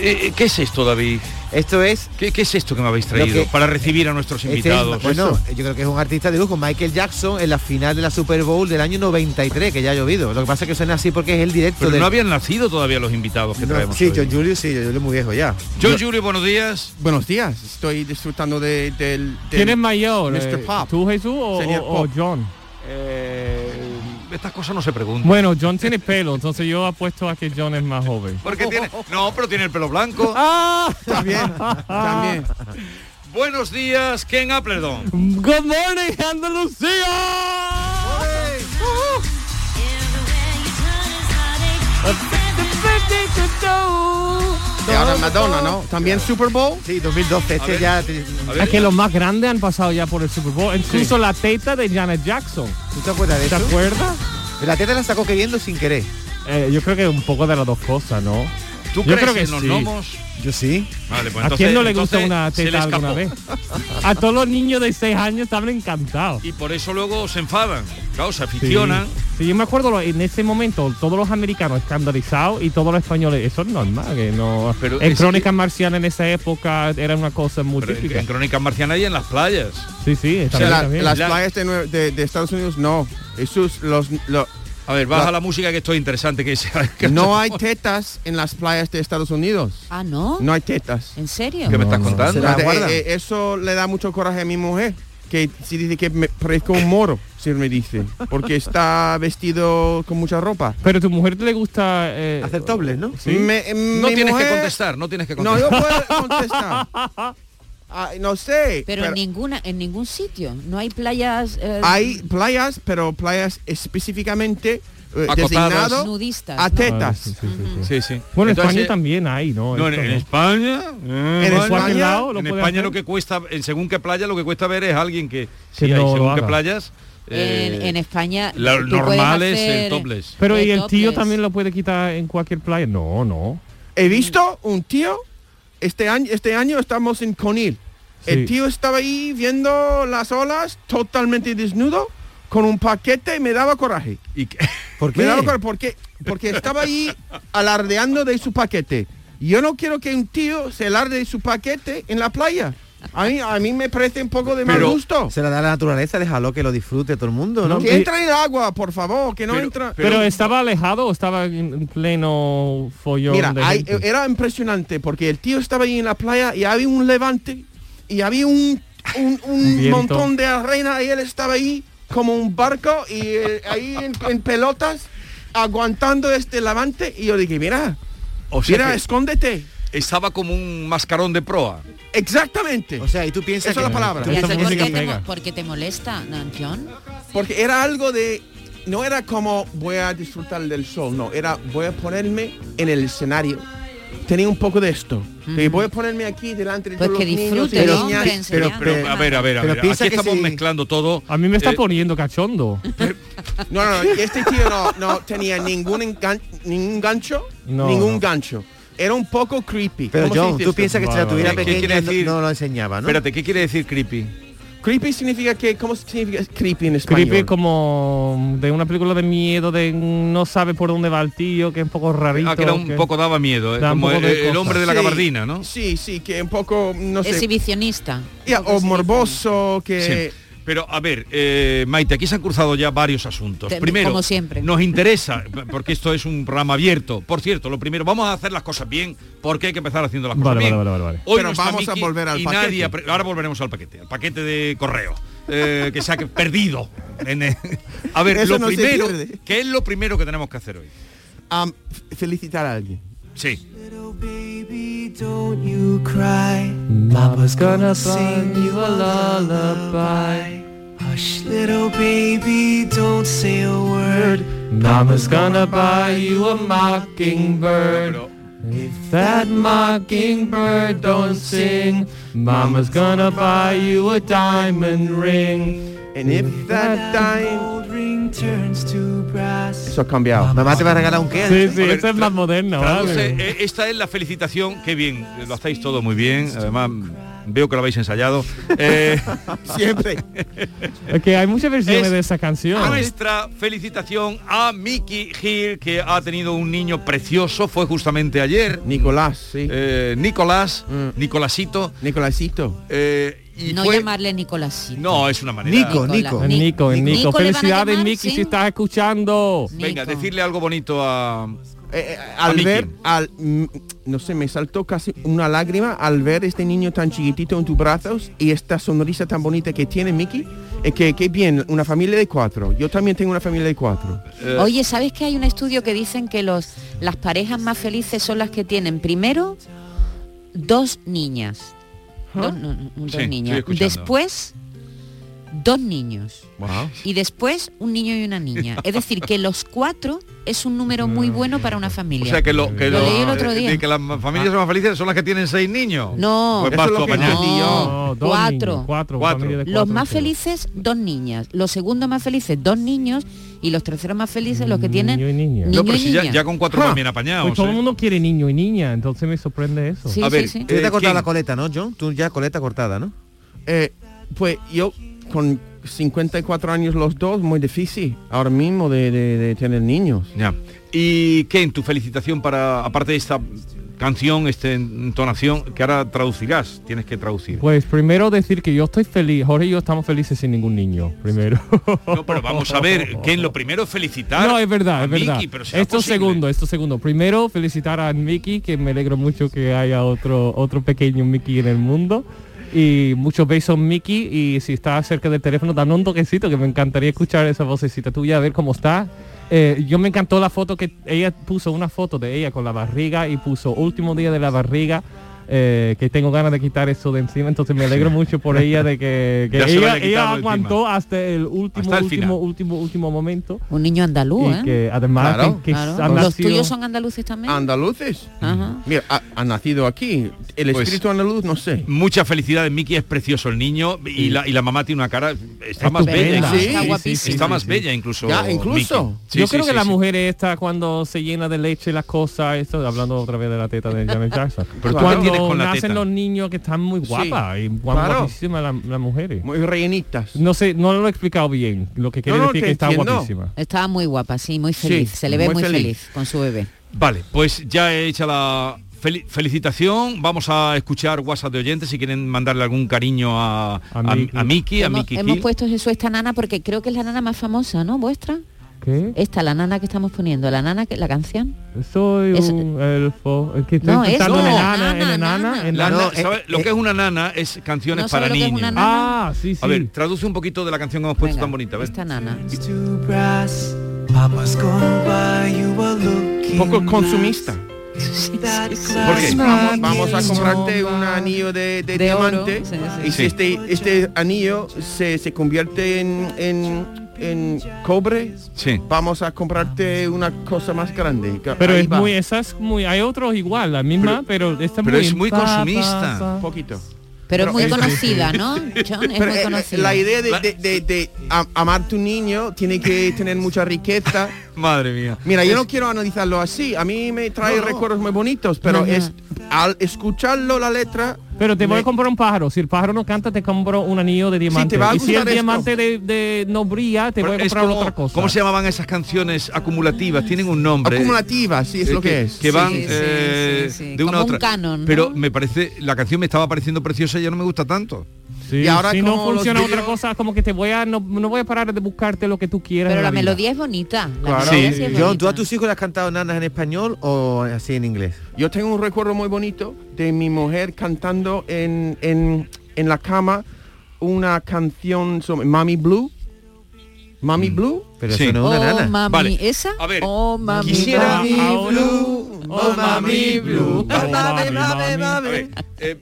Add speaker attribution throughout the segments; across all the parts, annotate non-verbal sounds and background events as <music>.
Speaker 1: Eh, ¿Qué es esto, David?
Speaker 2: Esto es...
Speaker 1: ¿Qué, qué es esto que me habéis traído
Speaker 2: que-
Speaker 1: para recibir a nuestros
Speaker 2: Este es-
Speaker 1: invitados? Pues
Speaker 2: bueno, yo creo que es un artista de lujo, Michael Jackson, en la final de la Super Bowl del año 93, que ya ha llovido. Lo que pasa es que suena así porque es el directo
Speaker 1: Pero
Speaker 2: del...
Speaker 1: no habían nacido todavía los invitados que
Speaker 2: No,
Speaker 1: traemos.
Speaker 2: sí,
Speaker 1: hoy.
Speaker 2: John Julius, sí, John Julius muy viejo ya.
Speaker 1: John Julio, buenos días.
Speaker 3: Buenos días, estoy disfrutando de, del, del
Speaker 4: ¿Quién es mayor?
Speaker 3: Mr.
Speaker 4: eh,
Speaker 3: Pop.
Speaker 4: ¿Tú Jesús o,
Speaker 3: Señor
Speaker 4: o- o
Speaker 3: Pop.
Speaker 4: John?
Speaker 1: Eh, Estas cosas no se preguntan.
Speaker 4: Bueno, John tiene pelo, entonces yo apuesto a que John es más joven.
Speaker 1: Porque tiene... No, pero tiene el pelo blanco.
Speaker 4: ¡Ah!
Speaker 3: También, también.
Speaker 1: Buenos días, Ken Appledon.
Speaker 4: ¡Good morning, Andalucía!
Speaker 3: Y ahora Madonna, ¿no? También Super Bowl.
Speaker 2: Sí, 2012, este
Speaker 1: ver.
Speaker 2: ya... te-
Speaker 1: A ver,
Speaker 4: Es que los más grandes han pasado ya por el Super Bowl, incluso la teta de Janet Jackson.
Speaker 2: ¿Tú te acuerdas de
Speaker 4: ¿Te
Speaker 2: eso?
Speaker 4: acuerdas?
Speaker 2: La teta la sacó queriendo sin querer.
Speaker 4: Eh, yo creo que un poco de las dos cosas, ¿no?
Speaker 1: ¿Tú
Speaker 4: yo
Speaker 1: crees
Speaker 4: creo que
Speaker 1: en los
Speaker 4: sí.
Speaker 1: gnomos?
Speaker 2: Yo sí.
Speaker 1: Vale, pues
Speaker 4: ¿A quién
Speaker 1: entonces-
Speaker 4: no le gusta
Speaker 1: entonces
Speaker 4: una
Speaker 1: se le
Speaker 4: teta alguna
Speaker 1: escapó.
Speaker 4: vez? A todos los niños de 6 años estaban encantados.
Speaker 1: Y por eso luego se enfadan. Claro, se
Speaker 4: Sí.
Speaker 1: aficionan.
Speaker 4: Sí, yo me acuerdo lo- en ese momento todos los americanos escandalizados y todos los españoles. Eso es normal, que no.
Speaker 1: Pero
Speaker 4: en
Speaker 1: es
Speaker 4: crónicas marcianas en esa época era una cosa muy
Speaker 1: Pero en,
Speaker 4: típica.
Speaker 1: en Crónicas Marcianas y en las playas.
Speaker 4: Sí, sí,
Speaker 3: O sea,
Speaker 4: también,
Speaker 3: la-
Speaker 4: también.
Speaker 3: las
Speaker 1: La-
Speaker 3: playas de, Nue- de- de Estados Unidos no. Esos, los, lo-
Speaker 1: A ver, baja
Speaker 3: La-
Speaker 1: la música que esto es interesante que sea. que- <laughs>
Speaker 3: no hay tetas en las playas de Estados Unidos.
Speaker 5: Ah, ¿no?
Speaker 3: No hay tetas.
Speaker 5: ¿En serio?
Speaker 1: ¿Qué me
Speaker 4: No,
Speaker 1: estás
Speaker 4: no.
Speaker 1: contando?
Speaker 2: Se la
Speaker 3: Eh,
Speaker 2: guardan.
Speaker 3: eh, eso le da mucho coraje a mi mujer, que si dice que me parezco un moro, si me dice, porque está vestido con mucha ropa.
Speaker 4: Pero tu mujer le gusta. eh,
Speaker 2: Hacer dobles, ¿no?
Speaker 4: Sí.
Speaker 3: Me- eh,
Speaker 1: No
Speaker 3: mi
Speaker 1: tienes que
Speaker 3: mujer-
Speaker 1: contestar, no tienes que
Speaker 3: No,
Speaker 1: contestar.
Speaker 3: yo puedo contestar. Ah, no sé.
Speaker 5: Pero, en ninguna, en ningún sitio. No hay playas eh,
Speaker 3: hay playas, pero playas específicamente eh,
Speaker 1: Acotadas.
Speaker 5: <laughs>
Speaker 3: designado
Speaker 5: nudistas.
Speaker 3: a
Speaker 5: ¿no?
Speaker 4: Ah,
Speaker 3: tetas.
Speaker 4: sí, sí, sí, sí.
Speaker 1: Sí, sí.
Speaker 4: Bueno, en
Speaker 1: Entonces,
Speaker 4: España también hay, ¿no?
Speaker 1: No, en,
Speaker 4: Esto,
Speaker 1: en
Speaker 4: ¿no?
Speaker 1: España,
Speaker 3: En
Speaker 1: vale.
Speaker 3: España-
Speaker 1: en
Speaker 4: lado lo
Speaker 1: en
Speaker 4: puede
Speaker 1: España
Speaker 4: hacer.
Speaker 1: lo que cuesta, en según qué playa lo que cuesta ver es alguien que, sí,
Speaker 4: no
Speaker 1: hay
Speaker 4: lo
Speaker 1: según qué
Speaker 4: haga.
Speaker 1: playas, eh,
Speaker 5: En, en España.
Speaker 1: la-
Speaker 5: tú puedes
Speaker 1: normal es el
Speaker 5: hacer
Speaker 1: topless.
Speaker 4: Pero
Speaker 5: de
Speaker 4: y el tío
Speaker 5: topless.
Speaker 4: también lo puede quitar en cualquier playa. No, no.
Speaker 1: Ah.
Speaker 3: He visto un tío, este año, este año estamos en Conil. El
Speaker 4: Sí.
Speaker 3: tío estaba ahí viendo las olas totalmente desnudo con un paquete y me daba coraje.
Speaker 1: y que-
Speaker 2: ¿Por
Speaker 3: Me
Speaker 2: qué?
Speaker 3: daba coraje porque, porque estaba ahí alardeando de su paquete. Yo no quiero que un tío se alarde de su paquete en la playa. A mí, a mí me parece un poco de mal
Speaker 1: Pero-
Speaker 3: gusto.
Speaker 2: Se la da la naturaleza, déjalo que lo disfrute todo el mundo, ¿no?
Speaker 4: No,
Speaker 3: Que
Speaker 4: y-
Speaker 3: entra en el agua, por favor, que no
Speaker 1: Pero-
Speaker 3: entra.
Speaker 4: Pero,
Speaker 1: Pero-
Speaker 4: estaba alejado o estaba en en pleno follón.
Speaker 3: Mira,
Speaker 4: de
Speaker 3: hay-
Speaker 4: gente?
Speaker 3: era impresionante porque el tío estaba ahí en la playa y había un levante y había un, un, un
Speaker 4: viento.
Speaker 3: montón de arena y él estaba ahí como un barco y eh, ahí en, en pelotas aguantando este levante y yo dije, mira,
Speaker 1: o sea
Speaker 3: mira,
Speaker 1: que
Speaker 3: escóndete.
Speaker 1: estaba como un mascarón de proa.
Speaker 3: Exactamente.
Speaker 2: O sea, y tú piensas
Speaker 3: Esa
Speaker 2: que...
Speaker 3: es la palabra.
Speaker 5: ¿Y a
Speaker 4: Esta
Speaker 5: ti por
Speaker 4: música
Speaker 5: qué te,
Speaker 4: pega.
Speaker 5: mo- por qué te molesta, Nanción?
Speaker 3: Porque era algo de... No era como voy a disfrutar del sol, no, era voy a ponerme en el escenario. Tenía un poco de esto. de voy a ponerme aquí delante de
Speaker 5: Pues
Speaker 3: todos
Speaker 5: que
Speaker 3: los niños y
Speaker 5: disfrute,
Speaker 3: niñas.
Speaker 5: hombre, en
Speaker 2: pero-
Speaker 5: serio.
Speaker 2: pero-
Speaker 1: Pero a ver, a ver, a
Speaker 2: Pero
Speaker 1: ver.
Speaker 2: piensa
Speaker 1: Aquí
Speaker 2: que
Speaker 1: estamos
Speaker 2: si-
Speaker 1: mezclando todo.
Speaker 4: A mí me está
Speaker 1: Eh,
Speaker 4: poniendo cachondo.
Speaker 3: No, no, no, este tío no, no tenía ningún, engan- ningún gancho,
Speaker 4: No,
Speaker 3: ningún
Speaker 4: no.
Speaker 3: gancho. Era un poco creepy.
Speaker 2: Pero
Speaker 3: ¿Cómo se
Speaker 2: John,
Speaker 3: dice
Speaker 2: tú
Speaker 3: esto?
Speaker 2: piensas que si la
Speaker 4: Vale,
Speaker 2: tuviera
Speaker 1: vale. ¿Qué
Speaker 2: pequeña
Speaker 1: quiere
Speaker 2: no-
Speaker 1: decir?
Speaker 2: no lo enseñaba, ¿no?
Speaker 1: Espérate, ¿qué quiere decir creepy?
Speaker 3: Creepy significa que... ¿Cómo significa creepy en español?
Speaker 4: Creepy como de una película de miedo, de no sabe por dónde va el tío, que es un poco rarito.
Speaker 1: Ah, que era un
Speaker 4: que-
Speaker 1: poco daba miedo, eh,
Speaker 4: Da un
Speaker 1: como
Speaker 4: poco
Speaker 1: el,
Speaker 4: de
Speaker 1: el
Speaker 4: cosa.
Speaker 1: hombre de la
Speaker 3: Sí,
Speaker 1: gabardina, ¿no?
Speaker 3: Sí, sí, que un poco, no sé,
Speaker 5: Exhibicionista.
Speaker 3: ya, o morboso, que...
Speaker 1: Sí. Eh, Pero a ver, eh, Maite, aquí se han cruzado ya varios asuntos.
Speaker 5: Tem-
Speaker 1: primero,
Speaker 5: como siempre.
Speaker 1: nos interesa, porque esto es un programa abierto. Por cierto, lo primero, vamos a hacer las cosas bien, porque hay que empezar haciendo las cosas
Speaker 4: Vale,
Speaker 1: bien.
Speaker 4: vale, vale, vale.
Speaker 1: Hoy
Speaker 3: Pero
Speaker 1: no está
Speaker 3: vamos a
Speaker 1: Miki
Speaker 3: volver al
Speaker 1: y
Speaker 3: paquete.
Speaker 1: nadie ha pre- ahora volveremos al paquete, al paquete de correo, eh, que se ha que- perdido. en el- a ver,
Speaker 3: Eso
Speaker 1: lo
Speaker 3: no se
Speaker 1: primero,
Speaker 3: pierde.
Speaker 1: ¿qué es lo primero que tenemos que hacer hoy?
Speaker 3: am, f- felicitar a alguien.
Speaker 1: Sí.
Speaker 6: Mama's gonna sing you a lullaby. Hush, little baby, don't say a word. Mama's gonna buy you a mockingbird. If that mockingbird don't sing, Mama's gonna buy you a diamond ring. Mm.
Speaker 3: And if that time...
Speaker 6: gold ring turns to brass.
Speaker 3: Eso ha cambiado.
Speaker 2: Mamá te va a regalar un qué.
Speaker 4: Sí, sí,
Speaker 1: ver,
Speaker 4: ese es más
Speaker 1: tra-
Speaker 4: moderno.
Speaker 1: Traduce,
Speaker 4: ¿vale?
Speaker 1: eh, esta es la felicitación, qué bien, eh, lo hacéis todo muy bien, además mm, veo que lo habéis ensayado. Eh,
Speaker 3: Siempre.
Speaker 4: Es que hay muchas versiones
Speaker 1: Es-
Speaker 4: de esa canción.
Speaker 3: Ah,
Speaker 1: nuestra felicitación a Mickey Hill, que ha tenido un niño precioso, fue justamente ayer,
Speaker 3: Nicolás, sí.
Speaker 1: eh, Nicolás,
Speaker 3: Mm.
Speaker 1: Nicolasito,
Speaker 3: Nicolásito.
Speaker 1: eh, y
Speaker 5: No
Speaker 1: fue-
Speaker 5: llamarle Nicolásito.
Speaker 1: no, es una manera...
Speaker 2: Nico, Nico.
Speaker 4: El Nico, el Nico.
Speaker 5: le van a
Speaker 4: Felicidades,
Speaker 5: llamar,
Speaker 4: Nicky,
Speaker 5: sí.
Speaker 4: si estás escuchando.
Speaker 1: Venga,
Speaker 5: Nico.
Speaker 1: decirle algo bonito a...
Speaker 3: Eh, eh, al
Speaker 1: Mickey.
Speaker 3: ver, al, mm, no sé, me saltó casi una lágrima al ver este niño tan chiquitito en tus brazos y esta sonrisa tan bonita que tiene Mickey. Es que qué bien, una familia de cuatro. Yo también tengo una familia de cuatro.
Speaker 1: eh,
Speaker 5: Oye, ¿sabes que hay un estudio que dicen que los, las parejas más felices son las que tienen primero dos niñas? Dos,
Speaker 3: ¿Ah?
Speaker 5: no, no, dos
Speaker 1: Sí,
Speaker 5: niñas.
Speaker 1: estoy escuchando.
Speaker 5: Después, dos niños.
Speaker 1: wow.
Speaker 5: Y después, un niño y una niña. Es decir, que los cuatro es un número muy bueno para una
Speaker 1: O
Speaker 5: familia.
Speaker 1: sea que lo eh, que
Speaker 5: Lo leí el otro
Speaker 1: de-
Speaker 5: día.
Speaker 1: de que las ma- familias más felices son las que tienen seis niños.
Speaker 5: No.
Speaker 1: Pues
Speaker 3: Ah. Eso es
Speaker 1: vas tú
Speaker 3: lo
Speaker 1: a
Speaker 3: que
Speaker 1: apañar.
Speaker 3: entendí yo.
Speaker 4: No, dos
Speaker 5: Cuatro.
Speaker 4: niños, cuatro,
Speaker 1: Cuatro.
Speaker 4: familia de cuatro,
Speaker 5: Los más
Speaker 4: sí.
Speaker 5: felices, dos niñas. Los segundos más felices, dos niños. Y los terceros más felices, los que tienen...
Speaker 4: Niño y niña.
Speaker 5: ni-
Speaker 1: No,
Speaker 5: niño
Speaker 1: pero
Speaker 5: y
Speaker 1: si ya,
Speaker 5: niña.
Speaker 1: ya con cuatro
Speaker 3: Ah.
Speaker 4: Ja.
Speaker 1: también apañados.
Speaker 4: Pues todo
Speaker 1: ¿eh?
Speaker 4: el mundo quiere niño y niña, entonces me sorprende eso.
Speaker 5: Sí,
Speaker 1: A
Speaker 5: sí,
Speaker 1: ver,
Speaker 5: sí.
Speaker 2: Tú ya te
Speaker 1: Eh,
Speaker 2: has cortado
Speaker 1: ¿quién?
Speaker 2: la coleta, ¿no, John? Tú ya coleta cortada, ¿no?
Speaker 3: Eh, pues yo con 54 años los dos, muy difícil ahora mismo de, de- de tener niños.
Speaker 1: Ya. ¿Y qué en tu felicitación para, aparte de esta canción, esta entonación, que ahora traducirás? Tienes que traducir.
Speaker 4: Pues primero decir que yo estoy feliz, Jorge y yo estamos felices sin ningún niño, primero.
Speaker 1: No, pero vamos a ver, que en lo primero es felicitar.
Speaker 4: No, es verdad,
Speaker 1: a
Speaker 4: es verdad.
Speaker 1: Miki, pero será
Speaker 4: esto
Speaker 1: posible.
Speaker 4: segundo, esto segundo. Primero, felicitar a Mickey, que me alegro mucho que haya otro, otro pequeño Mickey en el mundo. Y muchos besos, Mickey. Y si estás cerca del teléfono, dan un toquecito, que me encantaría escuchar esa vocecita tuya, a ver cómo está. Eh, yo me encantó la foto que ella puso, una foto de ella con la barriga y puso último día de la barriga. eh, que tengo ganas de quitar eso de encima, entonces me alegro mucho por ella
Speaker 1: <laughs>
Speaker 4: de que, que
Speaker 1: Ya se
Speaker 4: ella,
Speaker 1: vaya quitando
Speaker 4: ella
Speaker 1: de encima.
Speaker 4: aguantó hasta el último,
Speaker 1: Hasta el final.
Speaker 4: último, último, último momento
Speaker 5: Un niño andaluz,
Speaker 4: y
Speaker 5: ¿eh?
Speaker 4: que además
Speaker 3: Claro,
Speaker 4: que, que
Speaker 5: Claro.
Speaker 4: han
Speaker 5: Los
Speaker 4: nacido-
Speaker 5: tuyos son andaluces también.
Speaker 3: Ah, Andaluces.
Speaker 5: Ajá.
Speaker 3: Mira, ha, ha nacido aquí. El
Speaker 1: Pues-
Speaker 3: espíritu andaluz, no sé.
Speaker 1: Mucha felicidad, Miki, es precioso el niño y, la, y la mamá tiene una cara, está más bella.
Speaker 4: Estupenda.
Speaker 3: Sí,
Speaker 5: está guapísima.
Speaker 1: Está
Speaker 4: sí,
Speaker 1: más
Speaker 4: sí.
Speaker 1: bella incluso.
Speaker 3: Ya, incluso.
Speaker 1: Miki. Sí,
Speaker 4: Yo
Speaker 1: sí,
Speaker 4: creo
Speaker 1: sí,
Speaker 4: que la
Speaker 1: sí.
Speaker 4: mujer esta cuando se llena de leche las cosas, esto hablando otra vez de la teta de
Speaker 5: <laughs>
Speaker 4: Janet Jackson.
Speaker 1: Pero tú qué
Speaker 4: cuando
Speaker 1: tienes con la
Speaker 4: nacen
Speaker 1: teta.
Speaker 4: los niños que están muy guapas y guap-
Speaker 3: claro.
Speaker 4: guapísimas las, las mujeres.
Speaker 3: Muy rellenitas.
Speaker 4: No sé, no lo he explicado bien. Lo que quería
Speaker 3: No, no,
Speaker 4: decir
Speaker 3: te
Speaker 4: que está
Speaker 3: entiendo.
Speaker 4: guapísima.
Speaker 5: Estaba muy guapa, sí, muy feliz.
Speaker 3: Sí,
Speaker 5: Se le ve
Speaker 3: muy
Speaker 5: muy,
Speaker 3: feliz.
Speaker 5: feliz. con su bebé.
Speaker 1: Vale, pues ya he hecha la fel- felicitación. Vamos a escuchar WhatsApp de oyentes si quieren mandarle algún cariño a, a, a Miki,
Speaker 4: Miki.
Speaker 1: a Miki
Speaker 5: hemos, hemos
Speaker 1: Gil.
Speaker 5: puesto Jesús esta nana porque creo que es la nana más famosa, ¿no? Vuestra.
Speaker 4: ¿Qué?
Speaker 5: Esta, la nana que estamos poniendo, la nana que la canción.
Speaker 4: Soy
Speaker 5: Es-
Speaker 4: un elfo. Es que estoy
Speaker 5: No, es-
Speaker 4: pensando en
Speaker 5: no,
Speaker 4: enana,
Speaker 5: nana,
Speaker 4: en enana,
Speaker 5: nana.
Speaker 4: en
Speaker 1: La
Speaker 4: nana.
Speaker 1: na-
Speaker 2: eh,
Speaker 1: ¿sabe? lo que es una nana es canciones
Speaker 5: no sabe lo
Speaker 1: para
Speaker 5: que es
Speaker 1: niños.
Speaker 5: una nana.
Speaker 4: Ah, sí, sí.
Speaker 1: A ver, traduce un poquito de la canción que hemos puesto
Speaker 5: Venga,
Speaker 1: tan bonita. a ver.
Speaker 5: Esta nana.
Speaker 6: Turns to brass. Mama's gonna buy you a looking
Speaker 3: Poco
Speaker 6: glass.
Speaker 3: consumista.
Speaker 6: That
Speaker 1: ¿Por
Speaker 6: glass
Speaker 1: qué?
Speaker 3: Vamos,
Speaker 6: might
Speaker 3: vamos a
Speaker 6: be
Speaker 3: comprarte
Speaker 6: small,
Speaker 3: un
Speaker 6: but
Speaker 3: anillo de, de
Speaker 5: De oro,
Speaker 3: diamante
Speaker 5: sí, sí.
Speaker 3: y
Speaker 1: Sí.
Speaker 3: si este, este anillo se, se convierte en, en, en cobre,
Speaker 1: Sí.
Speaker 3: vamos a comprarte una cosa más grande. Ca-
Speaker 4: eh, Pero
Speaker 3: ahí
Speaker 4: es
Speaker 3: va,
Speaker 4: muy, esa es muy, hay otros igual, la misma, pero, esta
Speaker 1: pero es muy consumista.
Speaker 3: un poquito.
Speaker 5: Pero,
Speaker 3: Pero
Speaker 5: es muy
Speaker 3: es-
Speaker 5: conocida, ¿no? John, es
Speaker 3: Pero,
Speaker 5: muy
Speaker 3: eh,
Speaker 5: conocida.
Speaker 3: la idea de, de, de- de a- amar tu niño tiene que tener mucha riqueza.
Speaker 1: <laughs> Madre mía.
Speaker 3: Mira, yo no quiero analizarlo así. A mí me trae recuerdos muy bonitos, pero
Speaker 5: Ajá.
Speaker 3: es al escucharlo la letra
Speaker 4: Pero te voy
Speaker 3: Me-
Speaker 4: a comprar un pájaro. Si el pájaro no canta, te compro un anillo de diamante.
Speaker 3: te va a
Speaker 4: y si el
Speaker 3: gustar esto.
Speaker 4: diamante de, de no brilla, te voy a
Speaker 1: Pero es
Speaker 4: comprar
Speaker 1: como-
Speaker 4: otra cosa.
Speaker 1: ¿Cómo se llamaban esas canciones acumulativas? Tienen un nombre.
Speaker 3: acumulativa, sí es
Speaker 1: eh,
Speaker 3: lo que es.
Speaker 1: Que van
Speaker 5: sí, sí,
Speaker 1: eh,
Speaker 5: sí, sí.
Speaker 1: de una a
Speaker 5: Como un
Speaker 1: otra.
Speaker 5: canon, ¿no?
Speaker 1: Pero me parece, la canción me estaba pareciendo preciosa y ya no me gusta tanto.
Speaker 4: Sí,
Speaker 3: Y ahora
Speaker 4: si no
Speaker 3: como los
Speaker 4: funciona otra
Speaker 3: vídeos-
Speaker 4: cosa, como que te voy a no, no voy a parar de buscarte lo que
Speaker 3: <laughs>
Speaker 4: tú quieras.
Speaker 5: Pero
Speaker 4: en
Speaker 5: la
Speaker 4: vida.
Speaker 5: melodía es bonita. La
Speaker 3: Claro.
Speaker 5: melodía
Speaker 1: Sí.
Speaker 5: sí es
Speaker 2: John, ¿tú a
Speaker 5: bonita.
Speaker 2: tus hijos le has cantado nanas en español o así en inglés?
Speaker 3: Yo tengo un recuerdo muy bonito de mi mujer cantando en, en, en la cama una canción sobre Mami Blue. Mami Blue.
Speaker 2: Pero
Speaker 1: Sí.
Speaker 2: Mm. eso no es
Speaker 5: Oh,
Speaker 2: una nana.
Speaker 5: mami,
Speaker 1: Vale.
Speaker 5: esa.
Speaker 1: A ver,
Speaker 5: oh, mami,
Speaker 1: quisiera-
Speaker 5: mami,
Speaker 4: Ahora-
Speaker 5: blue.
Speaker 6: Oh, mami
Speaker 5: <laughs>
Speaker 6: blue.
Speaker 4: Oh, mami,
Speaker 1: A ver, eh,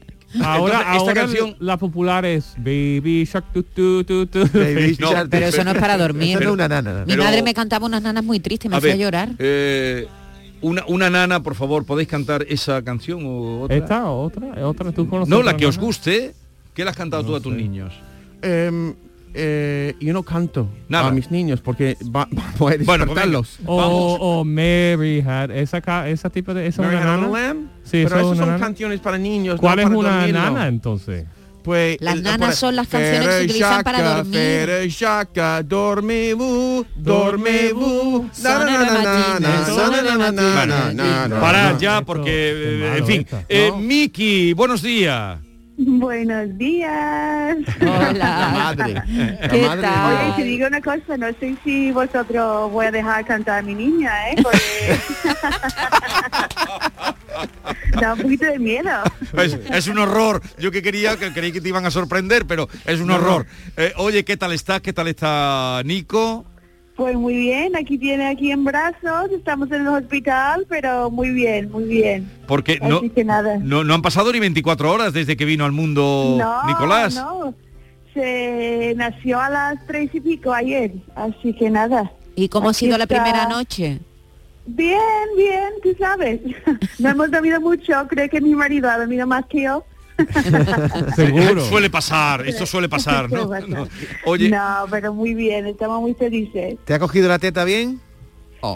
Speaker 1: entonces,
Speaker 4: Ahora,
Speaker 1: esta
Speaker 4: ahora
Speaker 1: canción...
Speaker 4: la popular es Baby Shark tu, tu, tu, tu. <laughs>
Speaker 2: Baby
Speaker 1: No,
Speaker 2: Shark.
Speaker 5: pero eso no es para dormir.
Speaker 2: <laughs> Eso no es una nana.
Speaker 5: Mi
Speaker 1: Pero-
Speaker 5: madre me cantaba unas nanas muy tristes, me
Speaker 1: a
Speaker 5: hacía
Speaker 1: ver,
Speaker 5: llorar.
Speaker 1: eh, una, una nana, por favor, ¿podéis cantar esa canción o otra?
Speaker 4: ¿Esta o otra? ¿Otra? ¿Tú conoces
Speaker 1: No, la
Speaker 4: otra
Speaker 1: que os
Speaker 4: nana?
Speaker 1: guste. ¿Qué le has cantado tú a tus niños?
Speaker 3: Em, eh, yo no canto
Speaker 1: Nada.
Speaker 3: a mis niños porque va, <laughs> voy a
Speaker 1: Bueno, pues venga.
Speaker 3: despertarlos.
Speaker 4: O,
Speaker 5: Oh.
Speaker 1: Vamos.
Speaker 4: o Mary Had, esa, ca- esa tipo de... ¿Esa es
Speaker 3: Mary
Speaker 4: una
Speaker 3: Had a
Speaker 4: nana?
Speaker 3: Lamb,
Speaker 4: Sí,
Speaker 3: pero
Speaker 4: eso es
Speaker 3: esas
Speaker 4: una
Speaker 3: son
Speaker 4: nana.
Speaker 3: canciones para niños.
Speaker 4: ¿Cuál
Speaker 3: no
Speaker 4: es
Speaker 3: para
Speaker 4: una
Speaker 3: dormirlo.
Speaker 4: nana entonces?
Speaker 3: Pues,
Speaker 5: Las
Speaker 3: el-
Speaker 5: nanas
Speaker 3: por-
Speaker 5: son las canciones que se utilizan para
Speaker 3: Fereshaka,
Speaker 5: dormir.
Speaker 3: Fereshaka, dormebu, dormebu, na, na, na, na, na,
Speaker 5: Son
Speaker 3: na, na, na, na,
Speaker 1: Bueno,
Speaker 3: na, na, na.
Speaker 1: Para
Speaker 4: no,
Speaker 1: ya,
Speaker 4: esto-
Speaker 1: porque...
Speaker 4: qué
Speaker 1: eh,
Speaker 4: malo
Speaker 1: en fin.
Speaker 4: esta.
Speaker 1: Eh,
Speaker 4: No.
Speaker 1: Miki, buenos días.
Speaker 7: Buenos días.
Speaker 5: Hola.
Speaker 2: madre. La
Speaker 5: ¿Qué
Speaker 2: madre.
Speaker 5: tal?
Speaker 7: Oye, te digo una cosa, no sé si vosotros voy a dejar cantar a mi niña, ¿eh? Porque- <laughs> da un poquito de miedo.
Speaker 1: Es, es un horror. Yo que quería, que creí que te iban a sorprender, pero es un horror. Eh, oye, ¿qué tal estás? ¿Qué tal está Nico?
Speaker 7: Pues muy bien, aquí tiene aquí en brazos, estamos en el hospital, pero muy bien, muy bien.
Speaker 1: Porque no,
Speaker 7: Así que nada.
Speaker 1: no, no han pasado ni 24 horas desde que vino al mundo
Speaker 7: No,
Speaker 1: Nicolás.
Speaker 7: no. Se nació a las tres y pico ayer, así que nada.
Speaker 5: ¿Y cómo ha
Speaker 7: Aquí
Speaker 5: sido la
Speaker 7: está.
Speaker 5: primera noche?
Speaker 7: Bien, bien, tú sabes. <laughs> No hemos dormido mucho, creo que mi marido ha dormido más que yo.
Speaker 4: Seguro.
Speaker 1: Suele pasar, esto
Speaker 7: <laughs>
Speaker 1: suele pasar, <laughs> ¿no?
Speaker 7: Suele pasar.
Speaker 1: No. Oye,
Speaker 7: No, pero muy bien, estamos muy felices.
Speaker 2: ¿Te ha cogido la teta bien?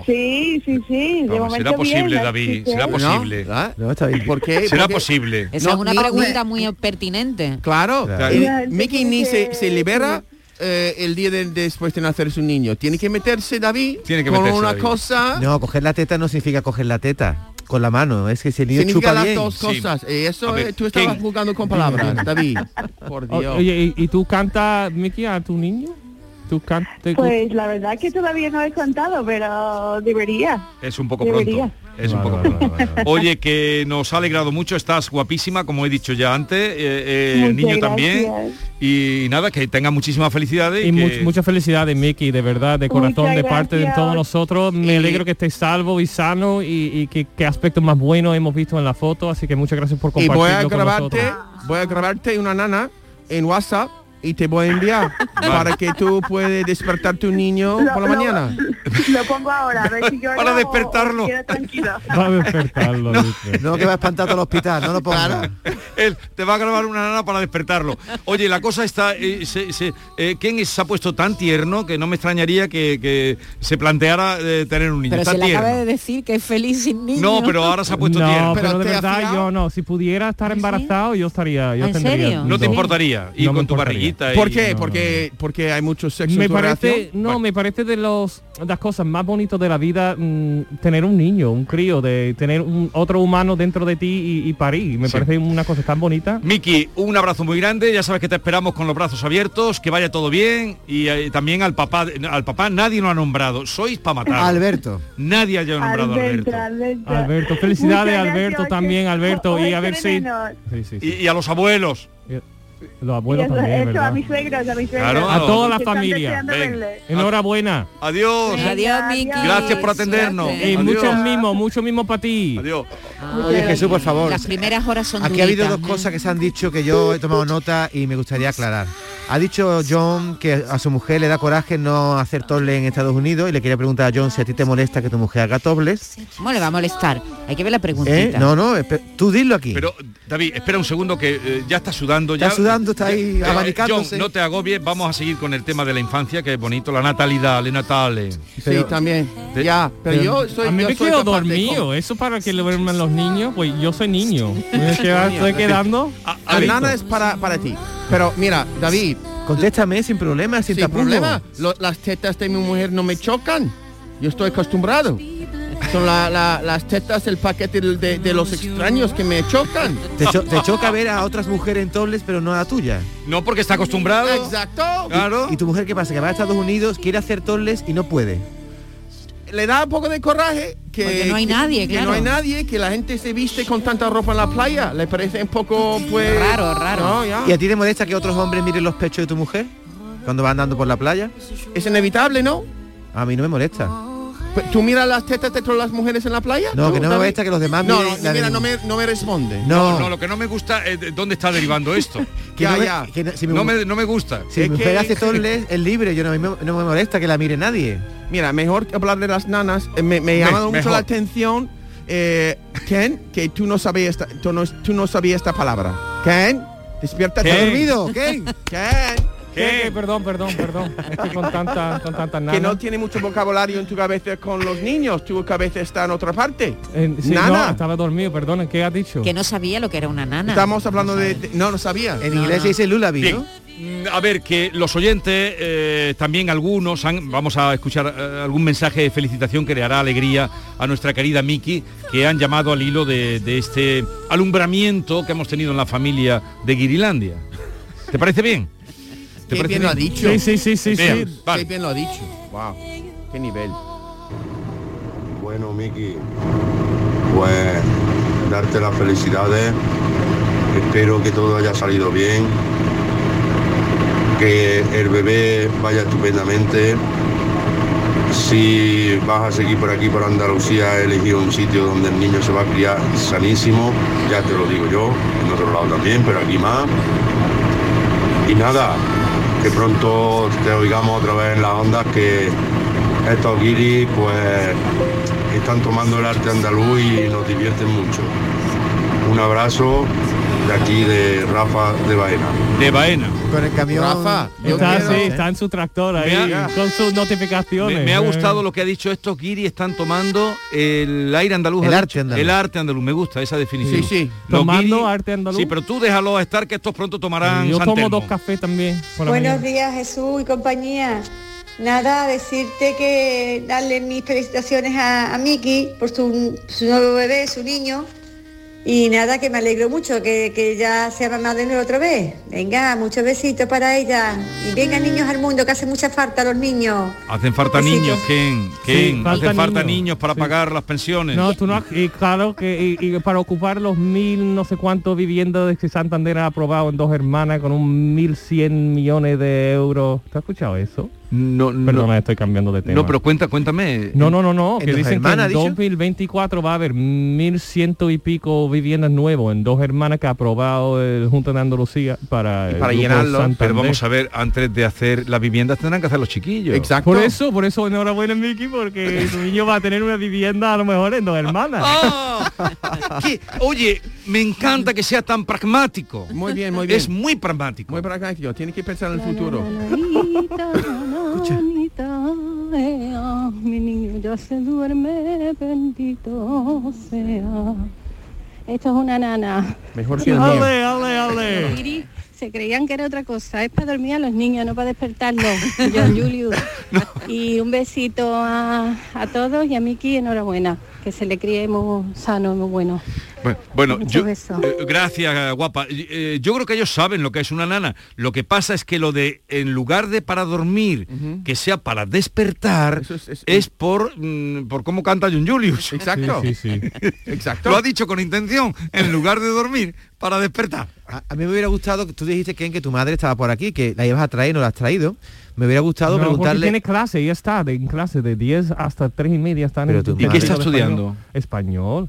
Speaker 7: Sí, sí, sí. De
Speaker 1: Vamos,
Speaker 7: momento
Speaker 1: será posible,
Speaker 7: bien, así
Speaker 1: David,
Speaker 7: que-
Speaker 1: será
Speaker 2: ¿No?
Speaker 1: Posible.
Speaker 2: Ah, No, está bien.
Speaker 3: ¿Por qué?
Speaker 1: será
Speaker 3: Porque-
Speaker 1: posible.
Speaker 5: Esa
Speaker 3: No,
Speaker 5: es una
Speaker 3: mira,
Speaker 5: pregunta muy pertinente.
Speaker 3: Claro.
Speaker 2: Claro.
Speaker 3: Y
Speaker 7: Ya,
Speaker 3: Mickey
Speaker 7: tiene
Speaker 3: ni se,
Speaker 7: que-
Speaker 3: se libera eh, el día de- después de nacer su niño. Tiene que meterse David
Speaker 1: Tiene que
Speaker 3: con
Speaker 1: meterse,
Speaker 3: una
Speaker 1: David.
Speaker 3: cosa.
Speaker 2: No, coger la teta no significa coger la teta con la mano, es que si el niño
Speaker 3: Significa
Speaker 2: chupa
Speaker 3: las
Speaker 2: bien.
Speaker 3: dos
Speaker 1: Sí.
Speaker 3: cosas. Eh, eso
Speaker 1: A ver,
Speaker 3: eh, tú estabas
Speaker 1: ¿quién?
Speaker 3: jugando con palabras, David. Por
Speaker 4: O-
Speaker 3: Dios.
Speaker 4: Oh, Oye, ¿y, y tú cantas, Miki, a tu niño? ¿Tú cantas? te-
Speaker 7: Pues la verdad que todavía no he contado, pero debería.
Speaker 1: Es un poco
Speaker 7: Debería.
Speaker 1: pronto. Es un
Speaker 4: Vale,
Speaker 1: poco
Speaker 4: vale,
Speaker 1: pronto.
Speaker 4: vale, vale.
Speaker 1: Oye, que nos ha alegrado mucho, estás guapísima, como he dicho ya antes, eh, eh, el
Speaker 7: Muchas
Speaker 1: niño también.
Speaker 7: gracias.
Speaker 1: Y nada, que tenga muchísimas felicidades. que-
Speaker 4: Y much- muchas felicidades, Miki, de verdad, de corazón,
Speaker 7: Muchas
Speaker 4: de parte de
Speaker 7: gracias.
Speaker 4: todos nosotros. Me
Speaker 3: Y-
Speaker 4: alegro que estés salvo y sano y, y que, qué aspectos más buenos hemos visto en la foto, así que muchas gracias por
Speaker 3: y
Speaker 4: compartirlo
Speaker 3: voy a
Speaker 4: con
Speaker 3: grabarte,
Speaker 4: nosotros.
Speaker 3: voy a grabarte una nana en WhatsApp y te voy a enviar para que tú puedes despertar tu niño
Speaker 7: Lo-
Speaker 3: por la
Speaker 7: lo-
Speaker 3: mañana.
Speaker 7: Lo pongo ahora, a ver si yo
Speaker 1: Para
Speaker 7: no-
Speaker 1: despertarlo.
Speaker 7: o me quedo tranquilo.
Speaker 4: Va a despertarlo. dice.
Speaker 2: No, que va a espantar todo el hospital, no lo pongas.
Speaker 1: <laughs> Él te va a grabar una nana para despertarlo. Oye, la cosa está... eh, se- se- eh, Ken es- se ha puesto tan tierno que no me extrañaría que, que se planteara eh, tener un niño.
Speaker 5: Pero
Speaker 1: Está
Speaker 5: se le acaba
Speaker 1: tierno.
Speaker 5: de decir que es feliz sin niño.
Speaker 1: No, pero ahora se ha puesto
Speaker 4: no,
Speaker 1: tierno.
Speaker 3: ¿Pero
Speaker 4: pero de
Speaker 3: te ha
Speaker 4: verdad
Speaker 3: fiado?
Speaker 4: yo no. Si pudiera estar
Speaker 5: ¿Ah, sí?
Speaker 4: embarazado, yo estaría. Yo
Speaker 5: ¿En
Speaker 4: tendría
Speaker 5: serio?
Speaker 1: No te
Speaker 4: dos.
Speaker 1: importaría. Y
Speaker 4: No me
Speaker 1: con tu
Speaker 4: importaría.
Speaker 1: barriguita. y-
Speaker 3: ¿Por qué?
Speaker 4: no,
Speaker 3: porque porque hay mucho sexo
Speaker 4: Me
Speaker 3: en tu
Speaker 4: parece,
Speaker 3: relación.
Speaker 4: no, me parece de los las cosas más bonitas de la vida mm, tener un niño, un crío, de tener un, otro humano dentro de ti y, y parir. Me
Speaker 1: Sí.
Speaker 4: parece una cosa tan bonita.
Speaker 1: Miki, un abrazo muy grande, ya sabes que te esperamos con los brazos abiertos, que vaya todo bien y eh, también al papá, al papá nadie lo ha nombrado, sois para matar.
Speaker 2: Alberto.
Speaker 1: Nadie haya nombrado a
Speaker 7: Alberto,
Speaker 1: Alberto.
Speaker 7: Alberto.
Speaker 4: Alberto, felicidades,
Speaker 7: Muchas
Speaker 4: Alberto,
Speaker 7: gracias,
Speaker 4: también,
Speaker 7: oye,
Speaker 4: Alberto, y
Speaker 7: oye,
Speaker 4: a ver si-
Speaker 7: estrenos.
Speaker 4: Sí, sí,
Speaker 1: Y,
Speaker 4: sí.
Speaker 1: y a los abuelos.
Speaker 4: Los
Speaker 7: Y
Speaker 4: abuelos
Speaker 7: eso,
Speaker 4: también,
Speaker 7: eso, a
Speaker 4: ¿verdad?
Speaker 7: mis suegros, a mis suegros.
Speaker 1: Claro, a
Speaker 7: que
Speaker 4: toda la
Speaker 7: están
Speaker 4: familia.
Speaker 7: deseando
Speaker 1: Ven.
Speaker 7: verle.
Speaker 4: Enhorabuena.
Speaker 1: Adiós.
Speaker 7: Venga,
Speaker 5: Adiós, Miki.
Speaker 1: Gracias por atendernos.
Speaker 4: Y
Speaker 1: Adiós.
Speaker 4: muchos mimos, muchos mimos para ti.
Speaker 1: Adiós.
Speaker 2: Oye, Jesús, por favor.
Speaker 5: Las primeras horas son
Speaker 2: Aquí ha habido
Speaker 5: duritas,
Speaker 2: dos
Speaker 5: ¿eh?
Speaker 2: cosas que se han dicho que yo he tomado nota y me gustaría aclarar. Ha dicho John que a su mujer le da coraje no hacer tobles en Estados Unidos y le quería preguntar a John si a ti te molesta que tu mujer haga tobles.
Speaker 5: ¿Cómo le va a molestar? Hay que ver la preguntita.
Speaker 2: ¿Eh? No, no, espe- tú dilo aquí.
Speaker 1: Pero David, espera un segundo que eh, ya está sudando.
Speaker 2: Está
Speaker 1: ya,
Speaker 2: sudando, está ahí
Speaker 1: Eh,
Speaker 2: abanicándose.
Speaker 1: John, no te agobies, vamos a seguir con el tema de la infancia, que es bonito, la natalidad, le natale.
Speaker 3: sí, también.
Speaker 1: Te-
Speaker 3: ya, pero, yo soy
Speaker 4: a mí
Speaker 3: yo
Speaker 4: me
Speaker 3: soy
Speaker 4: quedo
Speaker 3: capaz de
Speaker 4: dormido, eso para que lo duerman los niños, pues yo soy niño. Me queda- estoy quedando.
Speaker 1: A- a
Speaker 3: con- La
Speaker 1: ver,
Speaker 3: nana es para para ti. Pero mira, David,
Speaker 2: Contéstame sin problema, sin,
Speaker 3: sin
Speaker 2: tapujos.
Speaker 3: problema, lo- las tetas de mi mujer no me chocan. Yo estoy acostumbrado. Son la- la- las tetas, el paquete de- de- de los extraños que me chocan.
Speaker 2: Te, cho- te choca ver a otras mujeres en tobles, pero no a la tuya.
Speaker 1: no porque está acostumbrado.
Speaker 3: Exacto.
Speaker 1: Claro.
Speaker 2: ¿Y tu mujer qué pasa? Que va a Estados Unidos, quiere hacer tobles y no puede.
Speaker 3: le da un poco de coraje que
Speaker 5: Porque no hay nadie,
Speaker 3: que
Speaker 5: claro.
Speaker 3: no hay nadie, que la gente se viste con tanta ropa en la playa. Le parece un poco, pues...
Speaker 5: Raro, raro.
Speaker 3: No, ya.
Speaker 2: ¿Y a ti te molesta que otros hombres miren los pechos de tu mujer cuando va andando por la playa?
Speaker 3: Es inevitable, ¿no?
Speaker 2: A mí no me molesta.
Speaker 3: Pe- ¿Tú miras las tetas de todas las mujeres en la playa?
Speaker 2: No,
Speaker 3: ¿Tú
Speaker 2: que no me
Speaker 3: también?
Speaker 2: gusta que los demás
Speaker 3: No,
Speaker 2: miren
Speaker 3: no,
Speaker 2: la de-
Speaker 3: mira, no me, no me responde.
Speaker 1: No,
Speaker 2: No,
Speaker 1: no, lo que no me gusta es de- dónde está derivando esto.
Speaker 2: <laughs> que
Speaker 3: ya,
Speaker 2: no me-
Speaker 3: ya.
Speaker 2: que no- si mi
Speaker 1: No
Speaker 2: mu-
Speaker 1: me, no me gusta.
Speaker 2: si mi
Speaker 3: es que-
Speaker 1: <laughs>
Speaker 2: mujer hace topless, es libre, yo no, me- no me molesta que la mire nadie.
Speaker 3: Mira, mejor que hablar de las nanas. Eh, me, me ha
Speaker 1: Me-
Speaker 3: llamado mucho
Speaker 1: mejor.
Speaker 3: la atención, eh, Ken, que tú no sabías esta, tú no, tú no sabías esta palabra. Ken, despierta.
Speaker 1: Ken.
Speaker 2: Dormido,
Speaker 4: <laughs>
Speaker 2: ¿qué?
Speaker 3: Ken,
Speaker 4: ¿Qué? ¿Qué? Perdón, perdón, perdón. Es que con tanta, con tanta
Speaker 3: que no
Speaker 4: nana.
Speaker 3: tiene mucho vocabulario en tu cabeza con los niños. Tu cabeza está en otra parte.
Speaker 4: Eh, sí, no,
Speaker 3: nana.
Speaker 4: estaba dormido, perdón. ¿Qué has dicho?
Speaker 5: Que no sabía lo que era una nana.
Speaker 3: Estamos hablando de, de- No, no sabía.
Speaker 2: En
Speaker 5: No,
Speaker 2: inglés
Speaker 5: no.
Speaker 2: se dice lullaby,
Speaker 1: Bien.
Speaker 2: ¿no?
Speaker 1: Mm, A ver, que los oyentes, eh, también algunos, han- vamos a escuchar eh, algún mensaje de felicitación que le hará alegría a nuestra querida Miki, que han llamado al hilo de, de este alumbramiento que hemos tenido en la familia de Guirilandia. ¿Te parece bien? ¿Te
Speaker 3: Qué
Speaker 1: parece
Speaker 3: bien lo ha dicho.
Speaker 4: Sí, sí, sí, sí,
Speaker 1: Bien,
Speaker 4: sí.
Speaker 1: vale.
Speaker 3: Qué bien lo ha dicho. Wow. Qué nivel.
Speaker 8: Bueno, Miki, pues darte las felicidades. Espero que todo haya salido bien, que el bebé vaya estupendamente. Si vas a seguir por aquí, por Andalucía, he elegido un sitio donde el niño se va a criar sanísimo, ya te lo digo yo, en otro lado también, pero aquí más. Y nada, que pronto te oigamos otra vez en las ondas que estos guiris pues están tomando el arte andaluz y nos divierten mucho. Un abrazo de aquí de Rafa de Baena.
Speaker 1: De Baena.
Speaker 2: Con el camión.
Speaker 3: Rafa, yo
Speaker 4: Está,
Speaker 3: quiero-
Speaker 4: sí, está en su tractor ahí,
Speaker 1: Me
Speaker 3: ha-
Speaker 4: con sus notificaciones.
Speaker 1: Me, me ha
Speaker 4: Eh,
Speaker 1: gustado lo que ha dicho. Estos guiris están tomando el aire andaluz.
Speaker 2: El
Speaker 1: ha
Speaker 2: arte
Speaker 1: dicho.
Speaker 2: andaluz.
Speaker 1: El arte andaluz. Me gusta esa definición.
Speaker 3: Sí, sí.
Speaker 1: Los
Speaker 4: Tomando arte andaluz.
Speaker 1: Sí, pero tú déjalo estar que estos pronto tomarán
Speaker 4: Yo
Speaker 1: San
Speaker 4: tomo
Speaker 1: Telmo.
Speaker 4: dos cafés también. por la
Speaker 9: Buenos
Speaker 4: mañana.
Speaker 9: días Jesús y compañía. Nada, decirte que darle mis felicitaciones a, a Miki por su, su nuevo bebé, su niño. Y nada, que me alegro mucho que, que ya sea mamá de nuevo otra vez. Venga, muchos besitos para ella. Y vengan niños al mundo, que hace mucha falta los niños.
Speaker 1: Hacen falta
Speaker 9: Besitos.
Speaker 1: niños, Ken. Ken.
Speaker 4: falta
Speaker 1: Hacen falta
Speaker 4: niños.
Speaker 1: niños para
Speaker 4: Sí.
Speaker 1: pagar las pensiones.
Speaker 4: No, tú no has- y claro que y, y para ocupar los mil no sé cuántos viviendas de que Santander ha aprobado en dos hermanas con un mil cien millones de euros. ¿Te has escuchado eso?
Speaker 1: no, no,
Speaker 4: Perdona, estoy cambiando de tema.
Speaker 1: no, pero cuenta, cuéntame.
Speaker 4: no, no, no, no,
Speaker 2: ¿En
Speaker 4: que
Speaker 2: dos
Speaker 4: dicen
Speaker 2: hermanas,
Speaker 4: que
Speaker 2: ha
Speaker 4: en
Speaker 2: dicho?
Speaker 4: 2024 va a haber mil ciento y pico viviendas nuevas en dos hermanas que ha aprobado el Junta de Andalucía para, el
Speaker 3: para
Speaker 4: Grupo
Speaker 3: llenarlo, pero
Speaker 1: Pero
Speaker 4: Santander.
Speaker 1: vamos a ver, antes de hacer las viviendas tendrán que hacer los chiquillos.
Speaker 3: Exacto.
Speaker 4: Por eso, por eso enhorabuena Miki, porque tu niño va a tener una vivienda a lo mejor en dos hermanas. <laughs>
Speaker 1: Ah, que- oye, me encanta que sea tan pragmático.
Speaker 3: Muy bien, muy bien.
Speaker 1: Es muy pragmático.
Speaker 3: Muy pragmático, tienes que pensar en el futuro. <laughs>
Speaker 9: Mi niño ya se duerme, bendito sea. Esto es una nana.
Speaker 3: Mejor que el mío.
Speaker 4: Ale, ale, ale.
Speaker 9: Iris, se creían que era otra cosa, es para dormir a los niños, no para despertarlos.
Speaker 3: <laughs>
Speaker 9: John Julius. Y un besito a, a todos y a Miki, enhorabuena, que se le críe muy sano, muy bueno.
Speaker 4: Pues,
Speaker 1: Bueno, bueno,
Speaker 9: Muchos
Speaker 1: yo,
Speaker 9: besos.
Speaker 1: eh, gracias, guapa. Y, eh, yo creo que ellos saben lo que es una nana. Lo que pasa es que lo de en lugar de para dormir, que sea para despertar,
Speaker 3: Eso es- es-
Speaker 1: es por, mm, por cómo canta John Julius.
Speaker 3: <laughs> Exacto.
Speaker 4: Sí, sí, sí.
Speaker 3: <laughs> Exacto.
Speaker 1: Lo ha dicho con intención, en lugar de dormir, para despertar.
Speaker 2: A, a mí me hubiera gustado, que tú dijiste, Ken, que tu madre estaba por aquí, que la ibas a traer y no la has traído. Me hubiera gustado
Speaker 4: No, porque
Speaker 2: preguntarle...
Speaker 4: tiene clase, ya está, de, en clase de 10 hasta 3 y media está en
Speaker 2: Pero
Speaker 4: el
Speaker 2: tu
Speaker 4: Instituto
Speaker 2: madre- ¿Y qué
Speaker 1: está
Speaker 4: de
Speaker 1: estudiando?
Speaker 4: Español.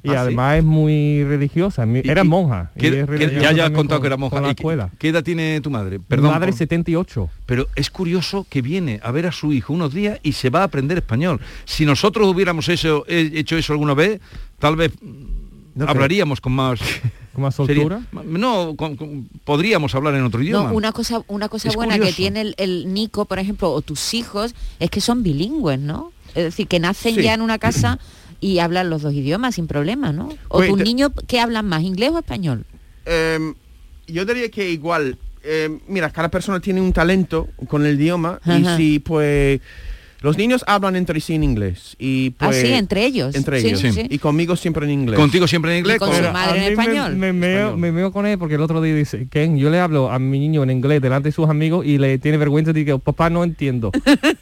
Speaker 4: Y
Speaker 1: ¿Ah, sí?
Speaker 4: además es muy religiosa, mi-
Speaker 1: ¿Y-
Speaker 4: era
Speaker 1: y-
Speaker 4: monja. y
Speaker 1: ¿Qué-
Speaker 4: es
Speaker 1: qué- ya
Speaker 4: religiosa
Speaker 1: ya has
Speaker 4: también
Speaker 1: contado
Speaker 4: con-
Speaker 1: que era monja.
Speaker 4: con la
Speaker 1: ¿Y qué-
Speaker 4: escuela.
Speaker 1: ¿Qué edad tiene tu madre? Perdón.
Speaker 4: Madre
Speaker 1: por-
Speaker 4: 78.
Speaker 1: Pero es curioso que viene a ver a su hijo unos días y se va a aprender español. Si nosotros hubiéramos eso, eh, hecho eso alguna vez, tal vez mm,
Speaker 2: No creo.
Speaker 1: hablaríamos con más...
Speaker 4: <laughs> ¿Con más
Speaker 1: sería-
Speaker 4: soltura?
Speaker 1: no, con- con- podríamos hablar en otro idioma.
Speaker 5: No, una cosa, una cosa
Speaker 1: Es
Speaker 5: buena que
Speaker 1: curioso.
Speaker 5: tiene el, el Nico, por ejemplo, o tus hijos, es que son bilingües, ¿no? Es decir, que nacen
Speaker 1: Sí.
Speaker 5: ya en una casa y hablan los dos idiomas sin problema, ¿no? O
Speaker 3: Oye,
Speaker 5: tus
Speaker 3: te-
Speaker 5: niños, ¿qué hablan más, inglés o español?
Speaker 3: Em, yo diría que igual, em, mira, cada persona tiene un talento con el idioma y
Speaker 5: Ajá.
Speaker 3: si pues los niños hablan entre sí en inglés y pues
Speaker 5: Así, entre ellos.
Speaker 3: entre
Speaker 5: Ah, Sí,
Speaker 3: ellos
Speaker 5: sí, sí.
Speaker 3: y conmigo siempre en inglés.
Speaker 1: Contigo siempre en inglés.
Speaker 5: Y con
Speaker 1: con-
Speaker 5: su madre. en
Speaker 4: a mí me-
Speaker 5: español.
Speaker 4: Me, meo,
Speaker 3: Español.
Speaker 4: me meo con él porque el otro día dice, Ken, yo le hablo a mi niño en inglés delante de sus amigos y le tiene vergüenza y digo, papá,
Speaker 1: <laughs>
Speaker 4: no entiendo.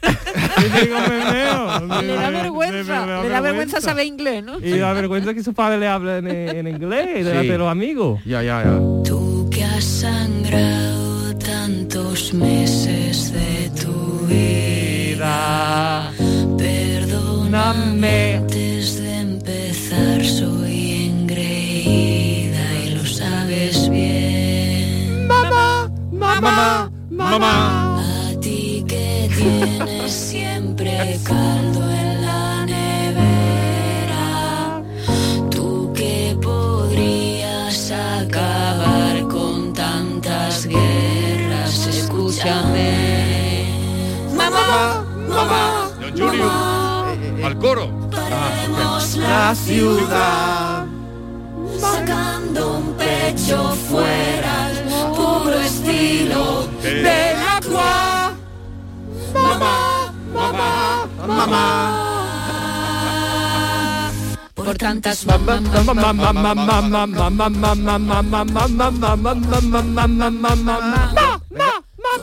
Speaker 4: Y digo, me meo, me-
Speaker 5: Le da
Speaker 4: me-
Speaker 5: vergüenza,
Speaker 4: me- me
Speaker 5: le da vergüenza saber inglés, ¿no?
Speaker 4: Y da vergüenza que su padre le habla en, en inglés delante
Speaker 3: Sí.
Speaker 4: de los amigos.
Speaker 3: Ya, ya, ya.
Speaker 9: Tú que has sangrado tantos meses de tu vida, perdón.
Speaker 6: Dame.
Speaker 10: Antes de empezar soy engreída y lo sabes bien. Mamá, mamá, mamá. A ti que tienes siempre caldo en la nevera. Tú que podrías acabar con tantas guerras. Escúchame. Mamá, mamá.
Speaker 1: Al coro. Ah,
Speaker 10: la ciudad sacando un pecho fuera al puro estilo del agua mamá mamá mamá por tantas mamá mamá mamá mamá mamá mamá mamá mamá mamá mamá mamá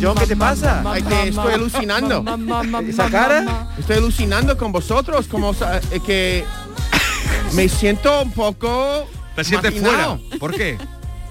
Speaker 3: John, ¿qué te pasa? estoy alucinando. ¿Esa cara? Estoy alucinando con vosotros, como sa- eh, que me siento un poco...
Speaker 11: Te sientes
Speaker 3: maquinado.
Speaker 11: fuera. ¿Por qué?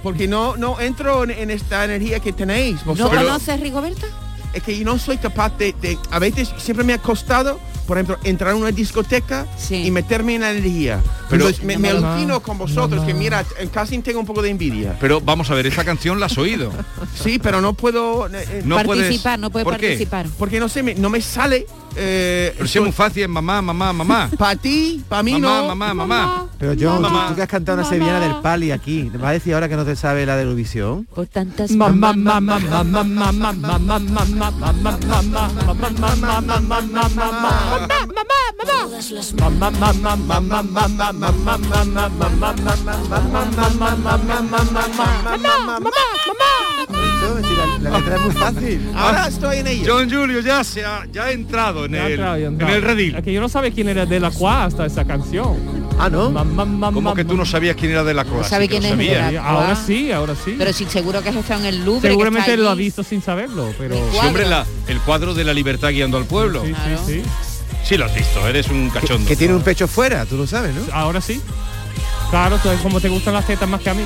Speaker 3: Porque no, no entro en, en esta energía que tenéis
Speaker 5: ¿No
Speaker 3: vosotros.
Speaker 5: conoces Rigoberta?
Speaker 3: Es que yo no soy capaz de, de- A veces siempre me ha costado, por ejemplo, entrar a una discoteca y meterme en la energía.
Speaker 1: Pero-
Speaker 3: Entonces me, me
Speaker 1: Mamá,
Speaker 3: alucino con vosotros, que mira, eh, casi tengo un poco de envidia.
Speaker 1: Pero vamos a ver, esta canción la has oído.
Speaker 3: Sí, pero no puedo eh, eh,
Speaker 1: No puedes- Participar, no puede ¿Por qué? participar.
Speaker 3: Porque no sé, me- no me sale. eh,
Speaker 1: Pero si es muy fácil, mamá, mamá, mamá.
Speaker 3: Para ti, para mí
Speaker 1: Mamá,
Speaker 3: no.
Speaker 1: mamá, mamá.
Speaker 2: Pero John,
Speaker 1: Mamá.
Speaker 2: tú, tú que has cantado una sevillana del pali aquí, ¿me vas a decir ahora que no te sabe la de Eurovisión?
Speaker 5: Por tantas
Speaker 6: Mamá, mamá, mamá, mamá, mamá, mamá, mamá, mamá, mamá, mamá, mamá, mamá, mamá. Mamá, mamá, mamá, mamá, mamá, mamá, mamá, mamá, mamá, mamá, mamá, mamá, mamá, mamá.
Speaker 2: La letra es muy fácil.
Speaker 3: <laughs> Ahora estoy en ella.
Speaker 1: Ah, John Julio ya se ha, ya ha entrado en
Speaker 4: Ya ha
Speaker 1: el,
Speaker 4: entrado, ya ha
Speaker 1: en
Speaker 4: entrado.
Speaker 1: el redil.
Speaker 4: Es que yo no sabía quién era de la cuá hasta esa canción.
Speaker 2: Ah, ¿no?
Speaker 1: Como que tú no sabías quién era de la Croa.
Speaker 5: sabe
Speaker 1: sí que lo
Speaker 5: quién es de
Speaker 1: sabía.
Speaker 5: la Croa. Ahora sí,
Speaker 4: ahora sí.
Speaker 5: Pero sí, seguro que has estado en el Louvre. que
Speaker 4: Seguramente
Speaker 5: está
Speaker 4: lo ha
Speaker 5: allí.
Speaker 4: visto sin saberlo, pero...
Speaker 1: Sí, hombre, la- el cuadro de la libertad guiando al pueblo. Sí,
Speaker 4: sí, sí.
Speaker 1: lo has visto, eres un cachondo.
Speaker 2: Que tiene un pecho fuera, tú lo sabes, ¿no?
Speaker 4: Ahora sí. Claro, tú- como te gustan las tetas más que a mí.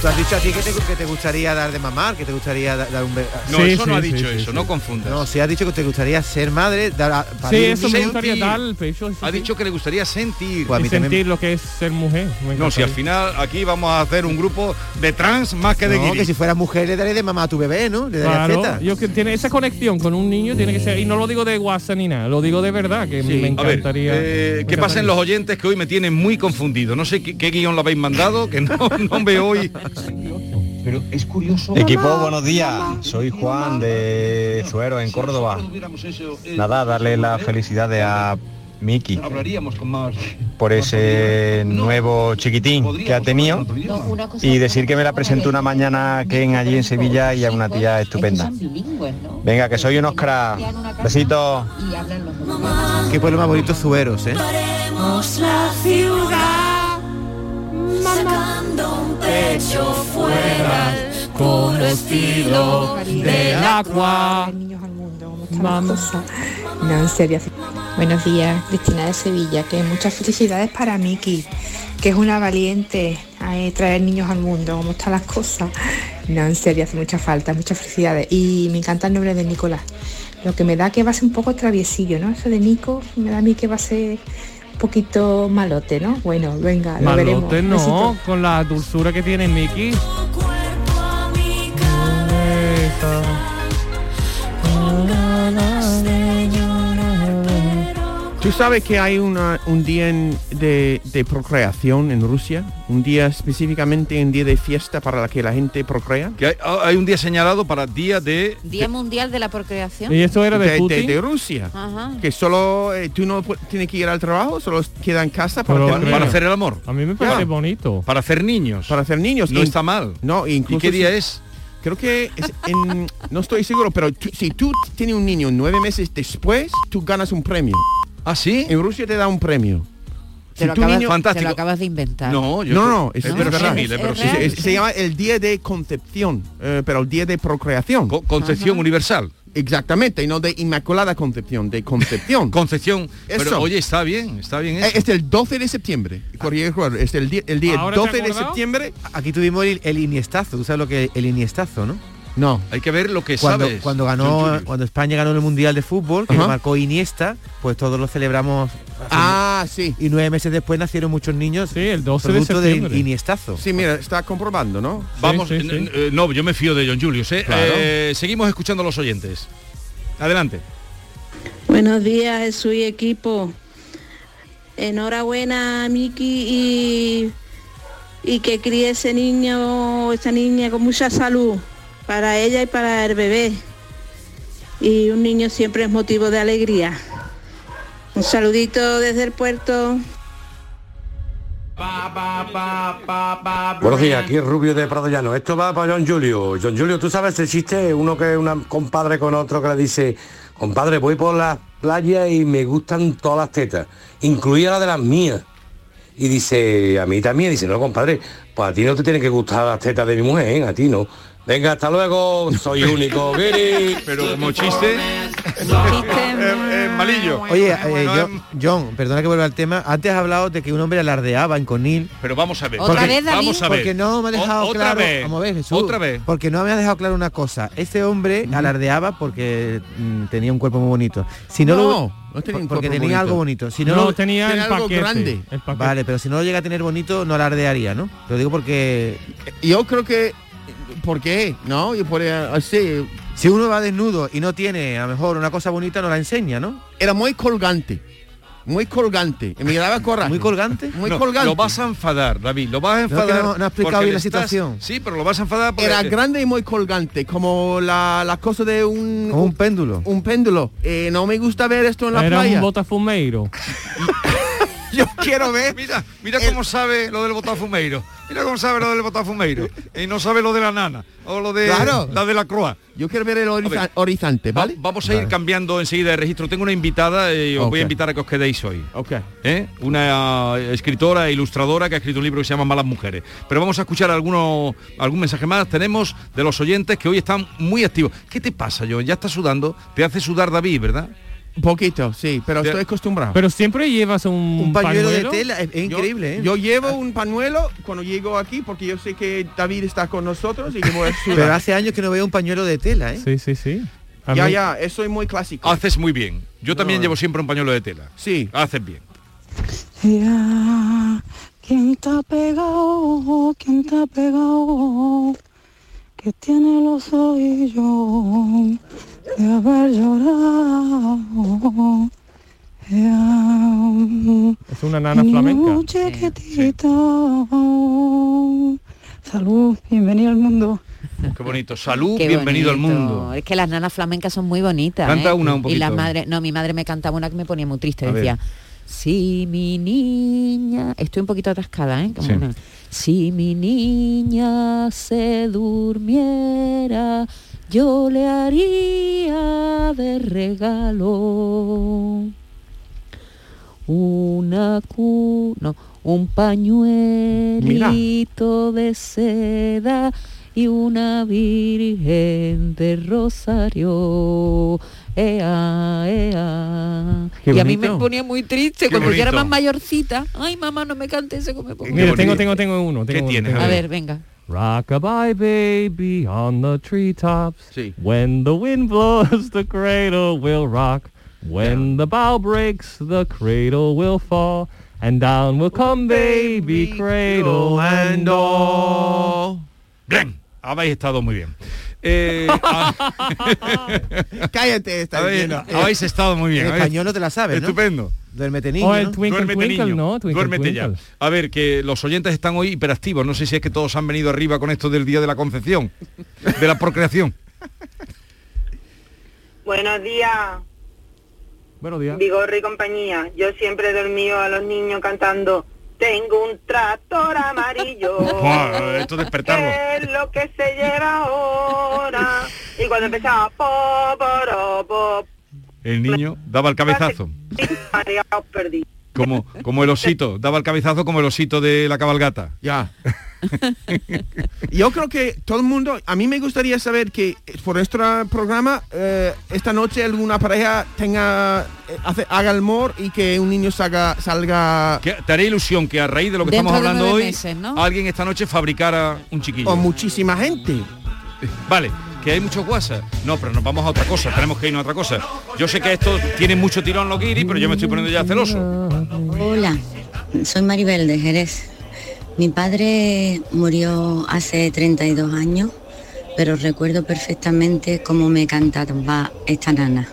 Speaker 2: Tú has dicho a ti que te, que te gustaría dar de mamar, que te gustaría da- dar un bebé.
Speaker 1: No, Sí, eso no sí, ha dicho sí, eso, sí, no sí. confundas.
Speaker 2: No, si has dicho que te gustaría ser madre, dar a- parir un niño.
Speaker 4: pecho.
Speaker 1: Ha dicho que le gustaría sentir.
Speaker 2: Pues a mí
Speaker 4: y sentir lo que es ser mujer. Me
Speaker 1: No,
Speaker 4: encanta.
Speaker 1: si al final aquí vamos a hacer un grupo de trans más que de
Speaker 2: No,
Speaker 1: guiris.
Speaker 2: que si fueras mujer le daría de mamá a tu bebé, ¿no? Le daría
Speaker 4: Claro,
Speaker 2: teta.
Speaker 4: yo que tiene esa conexión con un niño tiene que ser y no lo digo de guasa ni nada, lo digo de verdad que me
Speaker 1: A ver,
Speaker 4: encantaría.
Speaker 1: eh,
Speaker 4: me
Speaker 1: que pasen
Speaker 4: encantaría.
Speaker 1: los oyentes que hoy me tienen muy confundido. No sé qué, qué guión lo habéis mandado, que no, <laughs> no veo hoy. Pero es curioso.
Speaker 12: Equipo, buenos días. Soy Juan de Suero, en Córdoba.
Speaker 1: eh,
Speaker 12: Nada, darle las felicidades a Miki
Speaker 1: Hablaríamos con más.
Speaker 12: por ese nuevo chiquitín que ha tenido y decir que me la presentó una mañana que en allí en Sevilla y a una tía estupenda. Venga, que soy un Oscar. Besitos.
Speaker 2: Qué pueblo más bonito Zueros, ¿eh?
Speaker 10: Haremos la ciudad sacando un pecho fuera al puro estilo
Speaker 1: Ah,
Speaker 10: del agua.
Speaker 13: No, en serio. Buenos días, Cristina de Sevilla, que muchas felicidades para Miki, que es una valiente a eh, traer niños al mundo, cómo están las cosas. No, en serio, hace mucha falta, muchas felicidades. Y me encanta el nombre de Nicolás. Lo que me da que va a ser un poco traviesillo, ¿no? Eso de Nico me da a mí que va a ser un poquito malote, ¿no? Bueno, venga, Ah, lo veremos.
Speaker 4: Malote no,
Speaker 13: Besitos.
Speaker 4: con la dulzura que tiene Mickey.
Speaker 3: ¿Tú sabes que hay una- un día en- de, de procreación en Rusia? Un día específicamente, un día de fiesta para la que ah, la gente procrea.
Speaker 1: Que hay, hay un día señalado para día de...
Speaker 5: Día Mundial de la Procreación.
Speaker 3: de Rusia.
Speaker 5: Ajá.
Speaker 3: Que solo eh, tú no pu- tienes que ir al trabajo, solo queda en casa para,
Speaker 1: Para,
Speaker 3: tener-
Speaker 1: para hacer el amor.
Speaker 4: A mí me
Speaker 3: parece
Speaker 4: bonito.
Speaker 1: Para hacer niños.
Speaker 3: Para hacer niños.
Speaker 1: No
Speaker 3: In-
Speaker 1: está mal.
Speaker 3: No, incluso
Speaker 1: ¿Y qué día
Speaker 3: si-
Speaker 1: es?
Speaker 3: Creo que es en- no estoy seguro, pero tú- si tú tienes un niño nueve meses después, tú ganas un premio.
Speaker 1: ¿Ah, sí?
Speaker 3: En Rusia te da un premio.
Speaker 5: Te, lo
Speaker 3: tu
Speaker 5: acabas,
Speaker 3: niño-
Speaker 5: te
Speaker 3: Fantástico.
Speaker 5: lo acabas de inventar.
Speaker 3: No, no, no, es, es verdad.
Speaker 1: verosímil, es
Speaker 3: Es-
Speaker 1: verosímil.
Speaker 3: es- se llama el día de concepción, eh, pero el día de procreación.
Speaker 1: concepción Ajá. universal.
Speaker 3: Exactamente, y no de inmaculada concepción, de
Speaker 1: <laughs>
Speaker 3: concepción.
Speaker 1: concepción.
Speaker 3: Eso.
Speaker 1: Pero oye, está bien, está bien
Speaker 3: Eh,
Speaker 1: eso.
Speaker 3: es el 12 de septiembre. corría el juego, Es el día, el día
Speaker 1: ¿Ahora te
Speaker 3: 12 de
Speaker 1: acordado?
Speaker 3: septiembre.
Speaker 2: Aquí tuvimos el, el iniestazo, tú sabes lo que es el iniestazo, ¿no? No.
Speaker 1: Hay que ver lo que
Speaker 2: cuando,
Speaker 1: sabes.
Speaker 2: cuando
Speaker 1: John
Speaker 2: ganó
Speaker 1: Julius.
Speaker 2: cuando España ganó el mundial de fútbol que lo
Speaker 1: Ajá.
Speaker 2: marcó Iniesta pues todos lo celebramos
Speaker 3: ah sí
Speaker 2: y nueve meses después nacieron muchos niños sí el
Speaker 3: 12 de septiembre.
Speaker 2: Iniestazo
Speaker 3: Sí, mira, está comprobando, ¿no?
Speaker 1: Vamos, n- n- eh, no, yo me fío de John Julius. ¿eh?
Speaker 3: Claro.
Speaker 1: Eh, seguimos escuchando a los oyentes. Adelante.
Speaker 14: Buenos días, Jesús y equipo. Enhorabuena, Miki, y, y que críe ese niño o esa niña con mucha salud para ella y para el bebé. Y un niño siempre es motivo de alegría. Un saludito desde el puerto.
Speaker 15: Buenos días, aquí es Rubio de Prado Llano. Esto va para John Julio. John Julio, tú sabes el chiste, uno que es un compadre con otro que le dice, compadre, voy por las playas y me gustan todas las tetas, incluida la de las mías. Y dice, a mí también, dice, no, compadre, pues a ti no te tienen que gustar las tetas de mi mujer, ¿eh? a ti no. Venga, hasta luego, soy
Speaker 1: <laughs>
Speaker 15: único, Guiri.
Speaker 1: Pero como chiste, malillo.
Speaker 2: Oye, eh,
Speaker 3: em.
Speaker 2: John, John, perdona que vuelva al tema. Antes has hablado de que un hombre alardeaba en Conil.
Speaker 1: Pero vamos a ver.
Speaker 2: Porque-
Speaker 1: Vamos a ver.
Speaker 2: Porque no me
Speaker 1: O-
Speaker 2: ha dejado
Speaker 1: otra
Speaker 2: claro.
Speaker 1: Vez.
Speaker 2: Vamos a ver, Jesús.
Speaker 1: Otra vez.
Speaker 2: Porque no me ha dejado claro una cosa. Este hombre alardeaba porque mm, tenía un cuerpo muy bonito. Si no,
Speaker 3: No,
Speaker 2: lo-
Speaker 3: no tenía un
Speaker 2: porque
Speaker 3: cuerpo
Speaker 2: tenía
Speaker 3: bonito.
Speaker 2: algo bonito. Si no,
Speaker 3: No,
Speaker 2: lo-
Speaker 3: tenía Tenía el algo paquete, grande. el paquete.
Speaker 2: Vale, pero si no lo llega a tener bonito, no alardearía, ¿no? Te Lo digo porque
Speaker 3: yo creo que ¿por qué? No, yo podría así.
Speaker 2: Si uno va desnudo y no tiene a lo mejor una cosa bonita, no la enseña, ¿no?
Speaker 3: Era muy colgante. Muy colgante. Y me daba coraje. Muy
Speaker 2: colgante.
Speaker 3: Muy
Speaker 1: No,
Speaker 3: colgante.
Speaker 1: Lo vas a enfadar, David. Lo vas a
Speaker 3: No, que
Speaker 1: enfadar.
Speaker 3: no- no ha explicado
Speaker 1: porque
Speaker 3: bien
Speaker 1: le
Speaker 3: la
Speaker 1: estás-
Speaker 3: situación.
Speaker 1: Sí, pero lo vas a enfadar porque...
Speaker 3: Era grande y muy colgante, como la, la cosa de un, un
Speaker 2: péndulo.
Speaker 3: Un péndulo. Eh, no me gusta ver esto en la
Speaker 4: Era
Speaker 3: playa.
Speaker 4: un botafumeiro.
Speaker 3: <laughs> Yo quiero ver.
Speaker 1: <laughs> Mira, mira cómo sabe lo del botafumeiro. Mira cómo sabe lo del botafumeiro. Y no sabe lo de la nana. O lo de
Speaker 3: Claro.
Speaker 1: la de la croa.
Speaker 3: Yo quiero ver el
Speaker 1: A ver.
Speaker 3: horiza- horizonte, ¿vale?
Speaker 1: Vamos a ir cambiando enseguida de registro. Tengo una invitada eh, y os voy a
Speaker 3: Ok.
Speaker 1: invitar a que os quedéis hoy.
Speaker 3: Ok.
Speaker 1: ¿eh? Una eh, escritora e ilustradora que ha escrito un libro que se llama Malas Mujeres. Pero vamos a escuchar alguno, algún mensaje más. Tenemos de los oyentes que hoy están muy activos. ¿Qué te pasa, John? Ya estás sudando. Te hace sudar David, ¿verdad?
Speaker 3: Poquito, sí, pero
Speaker 1: Te-
Speaker 3: estoy acostumbrado.
Speaker 4: Pero siempre llevas un,
Speaker 3: Yo-
Speaker 2: ¿eh?
Speaker 3: Yo, llevo un pañuelo cuando llego aquí porque yo sé que David está con nosotros y que voy a
Speaker 2: <laughs>
Speaker 3: sudar.
Speaker 2: Pero hace años que no veo un pañuelo de tela, ¿eh?
Speaker 4: Sí, sí, sí.
Speaker 3: A Ya, mí- ya, eso es muy clásico.
Speaker 1: Haces muy bien. Yo también llevo siempre un pañuelo de tela.
Speaker 3: Sí.
Speaker 1: Haces
Speaker 3: <laughs>
Speaker 1: bien.
Speaker 16: Ya, ¿quién está pegado? ¿Quién está pegado? Que tiene los oídos de haber llorado. Ya,
Speaker 4: Es una nana
Speaker 16: mi
Speaker 4: flamenca.
Speaker 16: niño chiquitito. Salud, bienvenido al mundo.
Speaker 1: Qué bonito. Salud,
Speaker 5: Qué
Speaker 1: bienvenido al
Speaker 5: bonito.
Speaker 1: mundo.
Speaker 5: Es que las nanas flamencas son muy bonitas.
Speaker 1: Canta
Speaker 5: ¿eh?
Speaker 1: una un
Speaker 5: Y las
Speaker 1: poquito.
Speaker 5: madres, no, mi madre me cantaba una que me ponía muy triste,
Speaker 1: A
Speaker 5: decía,
Speaker 1: ver.
Speaker 5: si mi niña, estoy un poquito atascada, ¿eh? Como
Speaker 1: Sí.
Speaker 5: una- si mi niña se durmiera, yo le haría de regalo una cu no, un pañuelito de seda y una virgen de rosario. Ea, ea.
Speaker 4: Qué
Speaker 5: y a mí me
Speaker 4: bonito.
Speaker 5: ponía muy triste
Speaker 4: Qué
Speaker 5: cuando yo era
Speaker 4: bonito.
Speaker 5: más mayorcita. Ay, mamá, no me cante ese como me pongo.
Speaker 4: Mira, tengo, tengo, tengo uno.
Speaker 5: ¿Qué
Speaker 4: Tengo uno,
Speaker 5: tienes?
Speaker 4: tengo
Speaker 5: A
Speaker 4: uno.
Speaker 5: ver, venga.
Speaker 4: Rockabye baby on the treetops.
Speaker 3: Sí.
Speaker 4: When the wind blows, the cradle will rock. When the bow breaks, the cradle will fall. And down will
Speaker 1: Oh,
Speaker 4: come baby, cradle and all.
Speaker 1: Bien, habéis estado muy bien.
Speaker 3: <laughs>
Speaker 1: Eh, a-
Speaker 3: Cállate, está
Speaker 1: habéis,
Speaker 3: bien.
Speaker 1: habéis estado muy bien.
Speaker 2: eh, En
Speaker 1: habéis-
Speaker 2: español no te la sabes, ¿no?
Speaker 1: Estupendo.
Speaker 2: Duérmete
Speaker 4: Oh,
Speaker 2: niño. ¿no?
Speaker 1: Duérmete, niño. Duérmete ya. A ver, que los oyentes están hoy hiperactivos. No sé si es que todos han venido arriba con esto del día de la concepción, de la procreación.
Speaker 17: Buenos días,
Speaker 4: Buenos días.
Speaker 17: Vigorri y compañía. Yo siempre he dormido a los niños cantando Tengo un tractor amarillo,
Speaker 1: Buah, esto es despertarlo.
Speaker 10: eh,
Speaker 17: que es lo que se lleva ahora. Y cuando empezaba, po, poro, po,
Speaker 1: El niño daba el cabezazo,
Speaker 17: mareado, perdí.
Speaker 1: como, como el osito. Daba el cabezazo como el osito de la cabalgata.
Speaker 3: Ya. Yo creo que todo el mundo, a mí me gustaría saber que eh, por nuestro programa eh, esta noche alguna pareja tenga eh, hace- haga el amor y que un niño salga salga
Speaker 1: Que te haré ilusión que a raíz de lo que
Speaker 3: Dentro
Speaker 1: estamos
Speaker 3: de
Speaker 1: hablando
Speaker 3: nueve
Speaker 1: hoy,
Speaker 3: meses, ¿no?
Speaker 1: alguien esta noche fabricara un chiquillo.
Speaker 3: o muchísima gente.
Speaker 1: Vale, que hay muchos WhatsApp. No, pero nos vamos a otra cosa, tenemos que irnos a otra cosa. Yo sé que esto tiene mucho tirón los guiris, pero yo me estoy poniendo ya celoso.
Speaker 18: Hola, soy Maribel de Jerez. Mi padre murió hace 32 años, pero recuerdo perfectamente cómo me cantaba esta nana.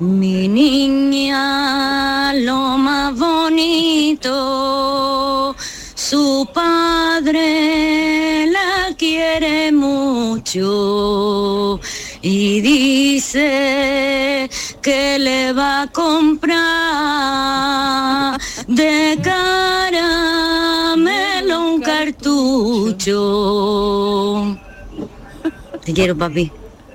Speaker 19: Mi niña, lo más bonito, su padre la quiere mucho y dice que le va a comprar de caramelo un cartucho.
Speaker 18: Te quiero, papi.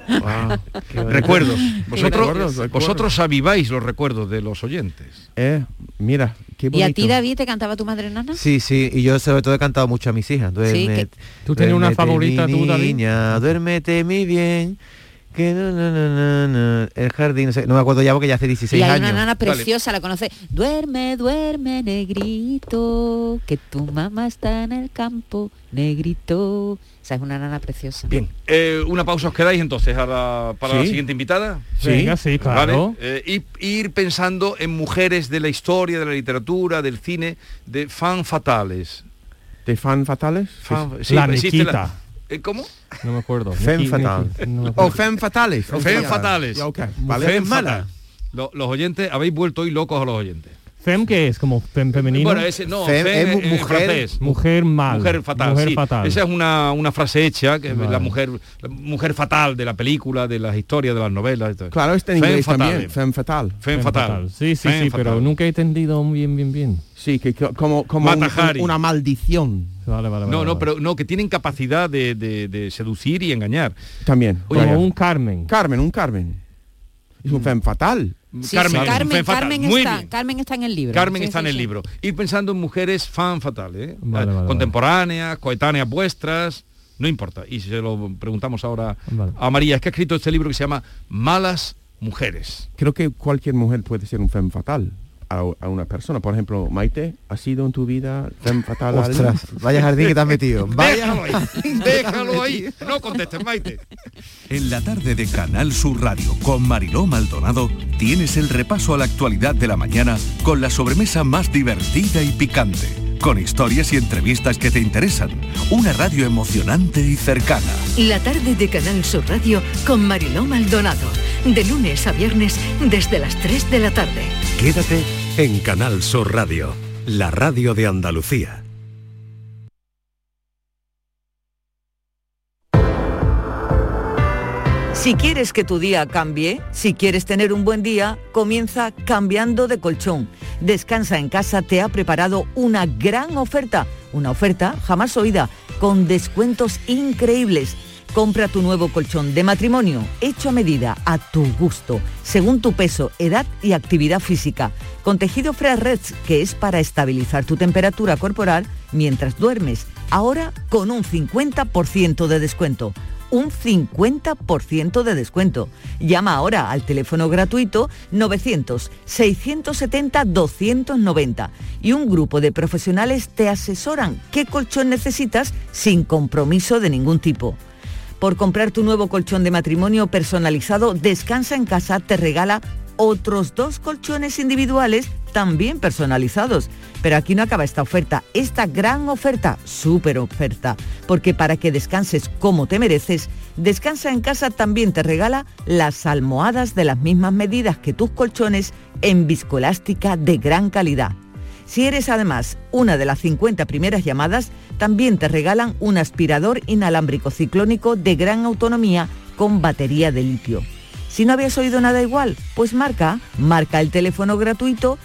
Speaker 3: Ah,
Speaker 1: Recuerdos.
Speaker 5: Recuerdos,
Speaker 1: Vosotros,
Speaker 5: recuerdos.
Speaker 1: vosotros aviváis los recuerdos de los oyentes.
Speaker 2: Eh,
Speaker 3: mira, qué
Speaker 5: ¿Y a ti, David, te cantaba tu madre nana?
Speaker 2: Sí, sí, y yo sobre todo he cantado mucho a mis hijas. Duerme,
Speaker 5: que-
Speaker 4: ¿Tú tienes una favorita, tú, David?
Speaker 2: niña, duérmete mi bien. Que no, no, no, no, no, El jardín, no, sé, no me acuerdo ya porque ya hace 16
Speaker 5: y hay
Speaker 2: años.
Speaker 5: una nana preciosa, la conoce. Duerme, duerme, negrito, que tu mamá está en el campo, negrito. O sea, es una nana preciosa.
Speaker 1: Bien. Eh, una pausa os quedáis entonces a la- para la
Speaker 4: Sí.
Speaker 1: siguiente invitada.
Speaker 4: Sí. Venga, sí, claro.
Speaker 1: Vale. Eh, y- y ir pensando en mujeres de la historia, de la literatura, del cine, de fan fatales.
Speaker 3: ¿De fan fatales?
Speaker 1: Fan- sí, existe la- Eh, ¿Cómo?
Speaker 4: No me acuerdo.
Speaker 3: Femme
Speaker 4: Nikki-
Speaker 3: fatale.
Speaker 4: Nikki- no me
Speaker 3: O
Speaker 4: acuerdo.
Speaker 3: femme fatales.
Speaker 1: Fen
Speaker 3: ok.
Speaker 1: fatales.
Speaker 3: Ok,
Speaker 1: Vale.
Speaker 3: vale.
Speaker 1: Fen fatal. Lo- los oyentes, habéis vuelto hoy locos a los oyentes.
Speaker 4: Fem que es como fem femenino.
Speaker 1: Bueno, ese no, Fem fem
Speaker 3: eh,
Speaker 1: es mu- en mujer- francés.
Speaker 4: mujer mal.
Speaker 1: Mujer fatal.
Speaker 4: Mujer
Speaker 1: sí.
Speaker 4: fatal.
Speaker 1: Esa es una, una frase hecha, que
Speaker 4: Vale.
Speaker 1: la mujer la mujer fatal de la película, de las historias, de las novelas. y todo.
Speaker 3: Claro, está en
Speaker 1: Femme
Speaker 3: inglés
Speaker 1: fatale.
Speaker 3: también. Femme fatal.
Speaker 1: Femme fatal.
Speaker 4: Sí, sí,
Speaker 1: Femme
Speaker 4: sí,
Speaker 1: fatal.
Speaker 4: pero nunca he entendido bien, bien, bien.
Speaker 3: Sí, que co- como, como un-
Speaker 1: Matahari.
Speaker 3: una maldición.
Speaker 4: Vale, vale,
Speaker 1: No, no, pero no, que tienen capacidad de, de- de seducir y engañar.
Speaker 3: También.
Speaker 1: Oye,
Speaker 3: Vaya.
Speaker 1: como un
Speaker 4: Carmen.
Speaker 3: Carmen, un Carmen. Es
Speaker 1: Mm.
Speaker 3: un femme fatal.
Speaker 5: Sí, Carmen, Carmen, Carmen
Speaker 1: Muy
Speaker 5: está,
Speaker 1: bien.
Speaker 5: Carmen está en el libro.
Speaker 1: Carmen
Speaker 5: Sí,
Speaker 1: está
Speaker 5: sí,
Speaker 1: en el
Speaker 5: sí.
Speaker 1: libro. Ir pensando en mujeres fan fatales, ¿eh? contemporáneas, coetáneas vuestras, no importa. Y se lo preguntamos ahora a María, es que ha escrito este libro que se llama Malas
Speaker 3: <laughs>
Speaker 1: Mujeres.
Speaker 3: Creo que cualquier mujer puede ser un femme fatal a, a una persona. Por ejemplo, Maite, ¿ha sido en tu vida femme fatal? a alguien?
Speaker 2: Ostras, vaya jardín que te has
Speaker 3: <laughs>
Speaker 2: metido. Vaya.
Speaker 1: Déjalo ahí, déjalo ahí. No contestes, Maite.
Speaker 11: En la tarde de Canal Sur Radio con Mariló Maldonado tienes el repaso a la actualidad de la mañana con la sobremesa más divertida y picante, con historias y entrevistas que te interesan, una radio emocionante y cercana.
Speaker 20: La tarde de Canal Sur Radio con Mariló Maldonado. De lunes a viernes desde las 3 de la tarde.
Speaker 11: Quédate en Canal Sur Radio, la radio de Andalucía.
Speaker 21: Si quieres que tu día cambie, si quieres tener un buen día, comienza cambiando de colchón. Descansa en casa te ha preparado una gran oferta, una oferta jamás oída, con descuentos increíbles. Compra tu nuevo colchón de matrimonio, hecho a medida, a tu gusto, según tu peso, edad y actividad física, con tejido Fresh que es para estabilizar tu temperatura corporal mientras duermes, ahora con un 50% de descuento un 50% de descuento. Llama ahora al teléfono gratuito 900-670-290 y un grupo de profesionales te asesoran qué colchón necesitas sin compromiso de ningún tipo. Por comprar tu nuevo colchón de matrimonio personalizado, Descansa en casa te regala otros dos colchones individuales también personalizados. Pero aquí no acaba esta oferta, esta gran oferta, súper oferta, porque para que descanses como te mereces, Descansa en casa también te regala las almohadas de las mismas medidas que tus colchones en viscoelástica de gran calidad. Si eres además una de las 50 primeras llamadas, también te regalan un aspirador inalámbrico ciclónico de gran autonomía con batería de litio. Si no habías oído nada igual, pues marca, marca el teléfono gratuito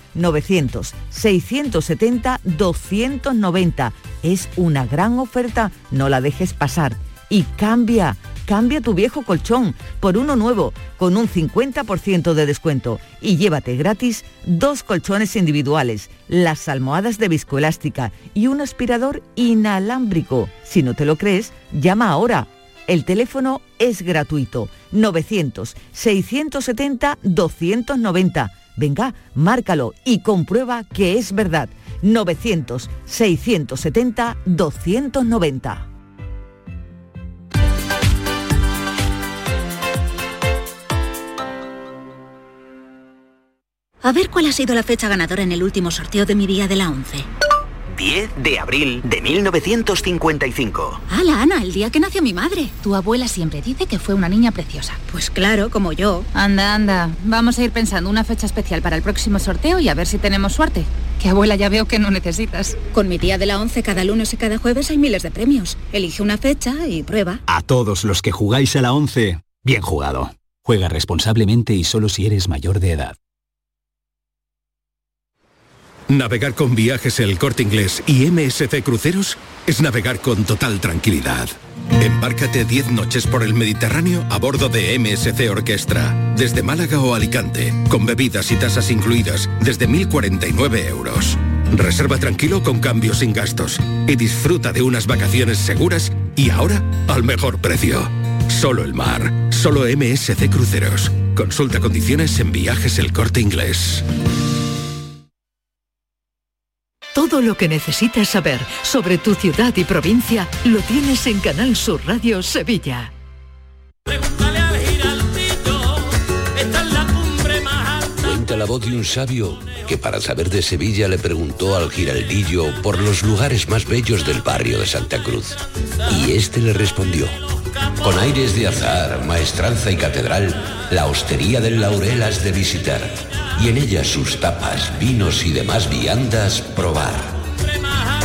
Speaker 21: 900-670-290. Es una gran oferta, no la dejes pasar. Y cambia, cambia tu viejo colchón por uno nuevo con un 50% de descuento y llévate gratis dos colchones individuales, las almohadas de viscoelástica y un aspirador inalámbrico. Si no te lo crees, llama ahora. El teléfono es gratuito. 900-670-290. Venga, márcalo y comprueba que es verdad. 900-670-290.
Speaker 18: A ver cuál ha sido la fecha ganadora en el último sorteo de mi día de la 11.
Speaker 22: 10 de abril de 1955.
Speaker 18: ¡Hala, Ana! El día que nació mi madre. Tu abuela siempre dice que fue una niña preciosa. Pues claro, como yo.
Speaker 23: Anda, anda. Vamos a ir pensando una fecha especial para el próximo sorteo y a ver si tenemos suerte. Que abuela ya veo que no necesitas.
Speaker 18: Con mi día de la 11 cada lunes y cada jueves hay miles de premios. Elige una fecha y prueba.
Speaker 24: A todos los que jugáis a la 11, bien jugado. Juega responsablemente y solo si eres mayor de edad.
Speaker 25: Navegar con viajes el corte inglés y MSC Cruceros es navegar con total tranquilidad. Embárcate 10 noches por el Mediterráneo a bordo de MSC Orquestra, desde Málaga o Alicante, con bebidas y tasas incluidas desde 1.049 euros. Reserva tranquilo con cambios sin gastos y disfruta de unas vacaciones seguras y ahora al mejor precio. Solo el mar, solo MSC Cruceros. Consulta condiciones en viajes el corte inglés.
Speaker 20: Todo lo que necesitas saber sobre tu ciudad y provincia lo tienes en Canal Sur Radio Sevilla.
Speaker 26: Cuenta la voz de un sabio que para saber de Sevilla le preguntó al giraldillo por los lugares más bellos del barrio de Santa Cruz. Y este le respondió. Con aires de azar, maestranza y catedral, la hostería del Laurel has de visitar. Y en ella sus tapas, vinos y demás viandas probar.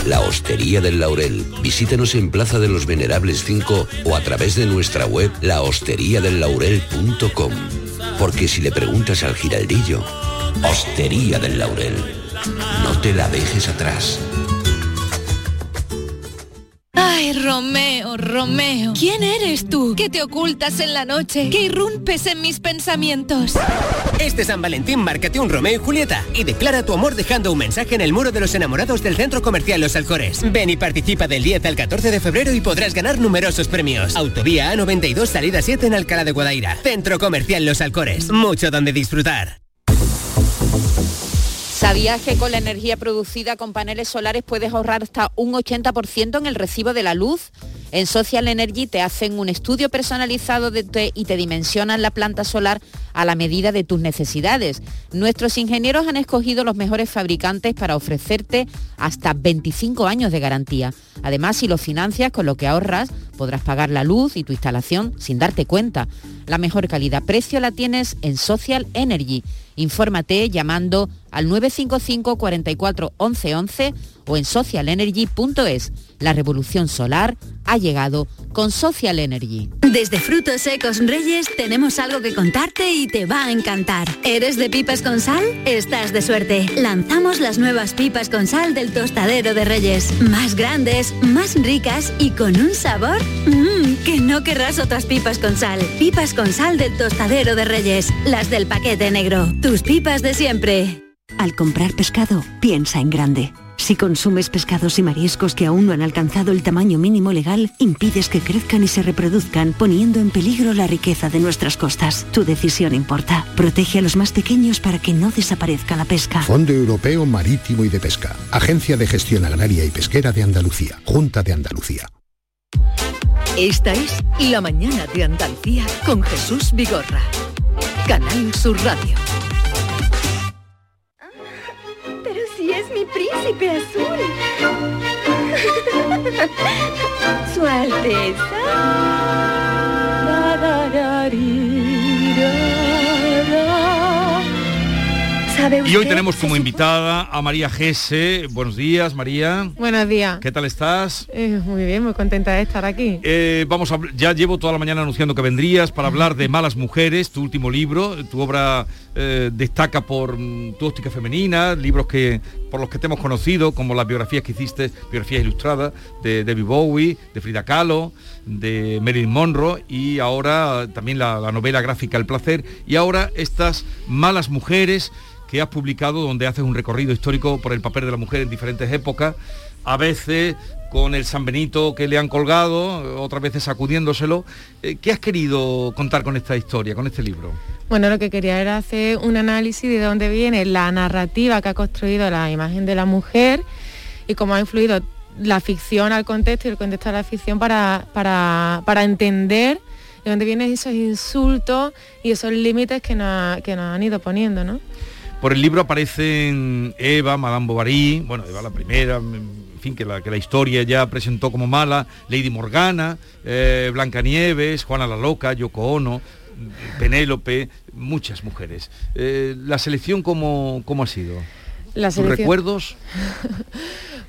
Speaker 26: La Hostería del Laurel. Visítanos en Plaza de los Venerables 5 o a través de nuestra web lahosteriadellaurel.com. Porque si le preguntas al giraldillo, Hostería del Laurel, no te la dejes atrás.
Speaker 14: Ay, Romeo, Romeo, ¿quién eres tú? Que te ocultas en la noche, que irrumpes en mis pensamientos.
Speaker 27: Este San Valentín márcate un Romeo y Julieta y declara tu amor dejando un mensaje en el muro de los enamorados del Centro Comercial Los Alcores. Ven y participa del 10 al 14 de febrero y podrás ganar numerosos premios. Autovía A92 salida 7 en Alcalá de Guadaira. Centro Comercial Los Alcores. Mucho donde disfrutar.
Speaker 5: ¿Sabías que con la energía producida con paneles solares puedes ahorrar hasta un 80% en el recibo de la luz? En Social Energy te hacen un estudio personalizado de te- y te dimensionan la planta solar a la medida de tus necesidades. Nuestros ingenieros han escogido los mejores fabricantes para ofrecerte hasta 25 años de garantía. Además, si lo financias con lo que ahorras, podrás pagar la luz y tu instalación sin darte cuenta. La mejor calidad-precio la tienes en Social Energy. Infórmate llamando al 955 44 11 11 o en socialenergy.es. La revolución solar ha llegado con Social Energy.
Speaker 18: Desde Frutos Secos Reyes tenemos algo que contarte y te va a encantar. ¿Eres de pipas con sal? Estás de suerte. Lanzamos las nuevas pipas con sal del tostadero de Reyes. Más grandes, más ricas y con un sabor mm, que no querrás otras pipas con sal. Pipas con sal del tostadero de Reyes. Las del paquete negro. Tus pipas de siempre.
Speaker 28: Al comprar pescado, piensa en grande. Si consumes pescados y mariscos que aún no han alcanzado el tamaño mínimo legal, impides que crezcan y se reproduzcan, poniendo en peligro la riqueza de nuestras costas. Tu decisión importa. Protege a los más pequeños para que no desaparezca la pesca.
Speaker 29: Fondo Europeo Marítimo y de Pesca. Agencia de Gestión Agraria y Pesquera de Andalucía. Junta de Andalucía.
Speaker 20: Esta es La Mañana de Andalucía con Jesús Vigorra. Canal Sur Radio.
Speaker 10: Pero si es mi príncipe azul. <laughs> Su Alteza. Darararirara. ¿Sabe
Speaker 1: Y hoy
Speaker 10: usted?
Speaker 1: tenemos como invitada a María Gese. Buenos días, María.
Speaker 30: Buenos días.
Speaker 1: ¿Qué tal estás?
Speaker 30: Eh, muy bien, muy contenta de estar aquí.
Speaker 1: Eh, vamos a, habl- ya llevo toda la mañana anunciando que vendrías para hablar de Malas Mujeres, tu último libro. Tu obra eh, destaca por mm, tu óptica femenina, libros que por los que te hemos conocido, como las biografías que hiciste, biografías ilustradas de Debbie Bowie, de Frida Kahlo, de Marilyn Monroe y ahora eh, también la, la novela gráfica El placer y ahora estas Malas Mujeres que has publicado donde haces un recorrido histórico por el papel de la mujer en diferentes épocas, a veces con el San Benito que le han colgado, otras veces sacudiéndoselo. Eh, ¿Qué has querido contar con esta historia, con este libro?
Speaker 30: Bueno, lo que quería era hacer un análisis de dónde viene la narrativa que ha construido la imagen de la mujer y cómo ha influido la ficción al contexto y el contexto a la ficción para, para, para entender de dónde vienen esos insultos y esos límites que nos, ha- que nos han ido poniendo, ¿no?
Speaker 1: Por el libro aparecen Eva, Madame Bovary, bueno, Eva la primera, en fin, que la, que la historia ya presentó como mala, Lady Morgana, eh, Blancanieves, Juana la Loca, Yoko Ono, Penélope, muchas mujeres. Eh, ¿La selección cómo, cómo ha sido?
Speaker 30: La
Speaker 1: ¿Tus
Speaker 30: selección-
Speaker 1: recuerdos?
Speaker 30: <laughs>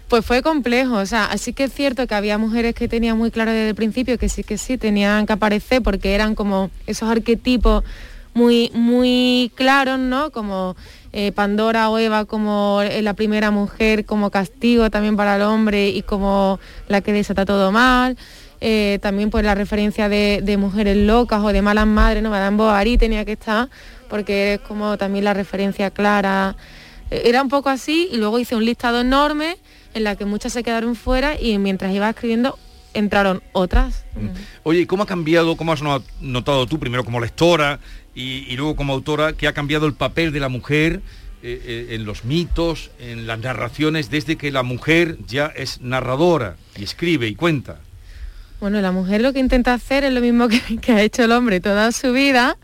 Speaker 30: Pues fue complejo, o sea, así que es cierto que había mujeres que tenían muy claro desde el principio que sí que sí tenían que aparecer porque eran como esos arquetipos muy, muy claros, ¿no? Como eh, Pandora o Eva como eh, la primera mujer, como castigo también para el hombre y como la que desata todo mal. Eh, también pues la referencia de, de mujeres locas o de malas madres, ¿no? Madame Bovary tenía que estar porque es como también la referencia clara era un poco así y luego hice un listado enorme en la que muchas se quedaron fuera y mientras iba escribiendo entraron otras.
Speaker 1: Oye, ¿y cómo ha cambiado, cómo has no- notado tú primero como lectora y, y luego como autora, que ha cambiado el papel de la mujer eh, eh, en los mitos, en las narraciones, desde que la mujer ya es narradora y escribe y cuenta?
Speaker 30: Bueno, la mujer lo que intenta hacer es lo mismo que, <laughs> que ha hecho el hombre toda su vida,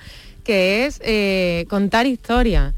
Speaker 30: que es eh, contar historias.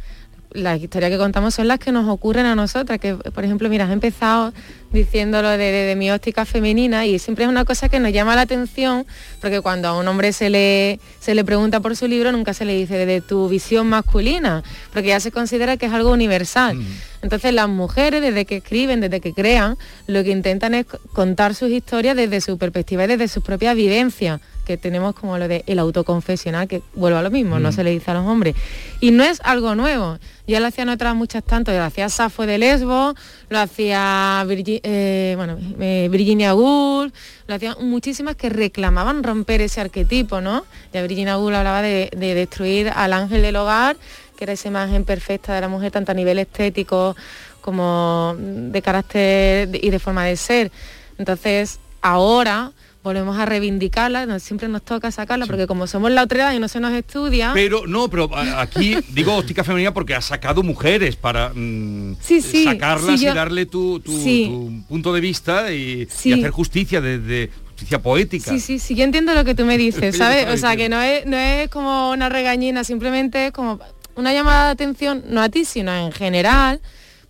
Speaker 30: Las historias que contamos son las que nos ocurren a nosotras, que por ejemplo, mira, has empezado diciéndolo de, de, de mi óptica femenina y siempre es una cosa que nos llama la atención, porque cuando a un hombre se le, se le pregunta por su libro, nunca se le dice desde tu visión masculina, porque ya se considera que es algo universal. Entonces las mujeres, desde que escriben, desde que crean, lo que intentan es c- contar sus historias desde su perspectiva y desde sus propias vivencias, que tenemos como lo de el autoconfesional, que vuelvo a lo mismo, no
Speaker 6: Mm.
Speaker 30: se le dice a los hombres. Y no es algo nuevo, ya lo hacían otras muchas tanto, lo hacía Safo de Lesbo, lo hacía Virgi- eh, bueno, eh, Virginia Woolf, lo hacían muchísimas que reclamaban romper ese arquetipo, ¿no? Ya Virginia Woolf hablaba de, de destruir al ángel del hogar, que era esa imagen perfecta de la mujer, tanto a nivel estético como de carácter y de forma de ser. Entonces, ahora volvemos a reivindicarla, nos- siempre nos toca sacarla, porque como somos la otra edad y no se nos estudia...
Speaker 1: Pero no, pero a- aquí digo óptica femenina porque ha sacado mujeres para mm,
Speaker 30: Sí, sí,
Speaker 1: sacarlas
Speaker 30: sí, yo-
Speaker 1: y darle tu, tu-
Speaker 30: Sí.
Speaker 1: tu punto de vista y, y
Speaker 30: Sí.
Speaker 1: hacer justicia desde justicia poética.
Speaker 30: Sí, sí, sí, yo entiendo lo que tú me dices, ¿sabes?
Speaker 1: Lo que
Speaker 30: O sea,
Speaker 1: estaba
Speaker 30: que no es, no es como una regañina, simplemente es como una llamada de atención, no a ti, sino en general,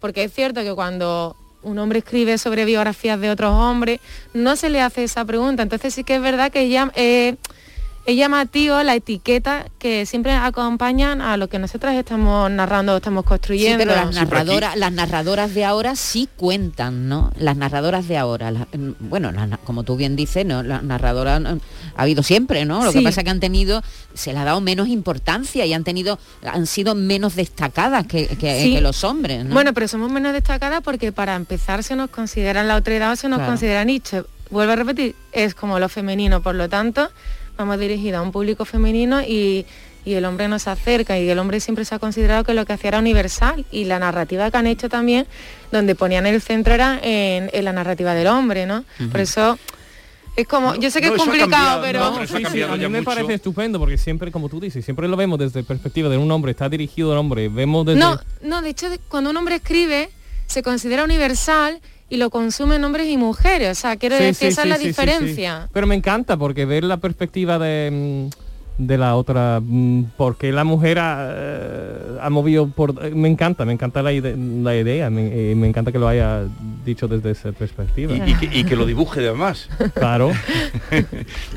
Speaker 30: porque es cierto que cuando un hombre escribe sobre biografías de otros hombres, no se le hace esa pregunta. Entonces sí que es verdad que ya... eh, es llamativo la etiqueta que siempre acompañan a lo que nosotras estamos narrando o estamos
Speaker 5: Sí,
Speaker 30: construyendo.
Speaker 5: pero las narradoras, las narradoras de ahora sí cuentan, ¿no? Las narradoras de ahora, las- mm, bueno, las na- como tú bien dices, ¿no? Las narradoras mm, ha habido siempre, ¿no? Lo
Speaker 30: Sí.
Speaker 5: que pasa que han tenido, se les ha dado menos importancia y han tenido, han sido menos destacadas que, que-
Speaker 30: Sí.
Speaker 5: que los hombres, ¿no?
Speaker 30: Bueno, pero somos menos destacadas porque para empezar se nos consideran la otra edad o se nos
Speaker 5: Claro.
Speaker 30: considera nicho. Vuelvo a repetir, es como lo femenino, por lo tanto, vamos dirigida a un público femenino y, y el hombre nos acerca y el hombre siempre se ha considerado que lo que hacía era universal y la narrativa que han hecho también, donde ponían el centro era en, en la narrativa del hombre, ¿no? Por eso es como, yo sé que
Speaker 4: No,
Speaker 30: es
Speaker 4: eso ha
Speaker 30: complicado,
Speaker 4: cambiado,
Speaker 30: pero...
Speaker 4: no, sí, sí, a mí me parece estupendo porque siempre, como tú dices, siempre lo vemos desde perspectiva de un hombre, está dirigido al hombre, vemos desde...
Speaker 30: No, no, de hecho, de- cuando un hombre escribe, se considera universal y lo consumen hombres y mujeres. O sea, quiero
Speaker 4: Sí,
Speaker 30: decir,
Speaker 4: sí,
Speaker 30: esa
Speaker 4: sí,
Speaker 30: es la
Speaker 4: sí, sí, sí.
Speaker 30: diferencia.
Speaker 4: Pero me encanta porque ver la perspectiva de, mm, de la otra, porque la mujer ha, eh, ha movido por... eh, Me encanta, me encanta la, ide- la idea, me, eh, me encanta que lo haya dicho desde esa perspectiva.
Speaker 1: Y- y que- y que lo dibuje además.
Speaker 4: <laughs> Claro.
Speaker 1: <laughs>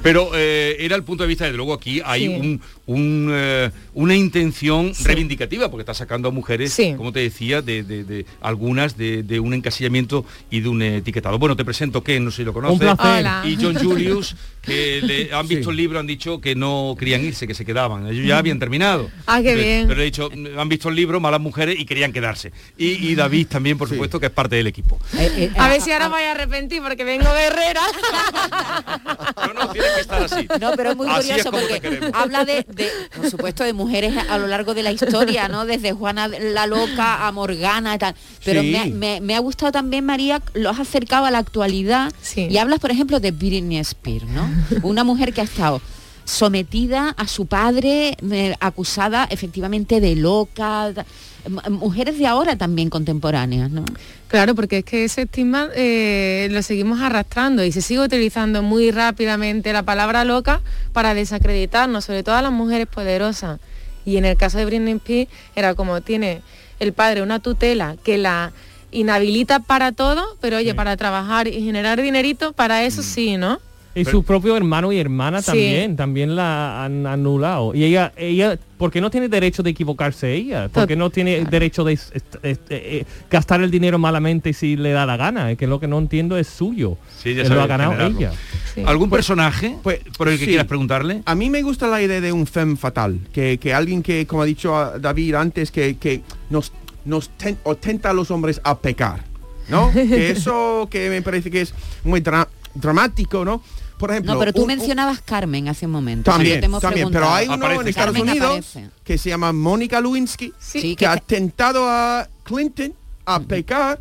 Speaker 1: Pero eh, era el punto de vista, desde luego aquí hay
Speaker 4: Sí.
Speaker 1: un, un, eh, una intención reivindicativa, porque está sacando a mujeres, como te decía, de, de- de algunas de, de un encasillamiento y de un eh, etiquetado. Bueno, te presento Ken, no sé si lo conoces,
Speaker 4: Un placer. Hola.
Speaker 1: y
Speaker 30: <laughs>
Speaker 1: John Julius, que
Speaker 4: <laughs>
Speaker 1: le han visto el libro, han dicho que no querían irse, que se quedaban. Ellos
Speaker 4: Mm.
Speaker 1: ya habían terminado.
Speaker 30: Ah, qué bien.
Speaker 1: Pero he dicho, han visto el libro, malas mujeres, y querían quedarse. Y, y David también, por supuesto, que es parte del equipo.
Speaker 5: Eh,
Speaker 30: A
Speaker 5: ah,
Speaker 30: ver si ahora me voy a arrepentir porque vengo <laughs> guerrera.
Speaker 5: No, pero es muy
Speaker 30: Así es
Speaker 5: curioso
Speaker 30: como te
Speaker 5: porque
Speaker 30: queremos.
Speaker 5: habla de,
Speaker 3: <laughs>
Speaker 5: de, por supuesto, de mujeres a lo largo de la historia, ¿no? Desde Juana la Loca a Morgana y tal. Pero
Speaker 8: Sí.
Speaker 5: me, ha- me- me ha gustado también, María, lo has acercado a la actualidad y hablas, por ejemplo, de Britney Spears, ¿no? Una mujer que ha estado sometida a su padre, eh, acusada efectivamente de loca. ta- m- Mujeres de ahora también contemporáneas, ¿no?
Speaker 30: Claro, porque es que ese estigma eh, lo seguimos arrastrando y se sigue utilizando muy rápidamente la palabra loca para desacreditarnos, sobre todo a las mujeres poderosas. Y en el caso de Britney Spears era como tiene el padre una tutela que la inhabilita para todo, pero oye, para trabajar y generar dinerito, para eso sí, ¿no?
Speaker 4: Y sus propios hermanos y hermanas
Speaker 30: Sí.
Speaker 4: también, también la han anulado. Y ella, ella, ¿por qué no tiene derecho de equivocarse ella? ¿Por qué no tiene derecho de es- est- est- eh, eh, gastar el dinero malamente si le da la gana? Es que lo que no entiendo es suyo.
Speaker 1: Sí, ella
Speaker 4: Eh,
Speaker 1: sabe
Speaker 4: lo ha ganado
Speaker 1: generarlo.
Speaker 4: ella.
Speaker 1: ¿Algún personaje por el que
Speaker 3: sí.
Speaker 1: quieras preguntarle?
Speaker 3: A mí me gusta la idea de un femme fatal, que, que alguien que, como ha dicho ah, David antes, que, que nos, nos ten- o tenta a los hombres a pecar,
Speaker 2: <laughs>
Speaker 3: ¿no? que eso que me parece que es muy dra- dramático, ¿no? Por ejemplo,
Speaker 5: No, pero tú
Speaker 3: un- un-
Speaker 5: mencionabas Carmen hace un momento.
Speaker 3: También,
Speaker 5: que te hemos
Speaker 3: también, pero
Speaker 5: preguntado.
Speaker 3: hay uno en Estados
Speaker 5: Carmen
Speaker 3: Unidos
Speaker 5: aparece.
Speaker 3: que se llama Mónica Lewinsky,
Speaker 5: Sí,
Speaker 3: que,
Speaker 5: que
Speaker 3: ha
Speaker 5: te-
Speaker 3: tentado a Clinton a pecar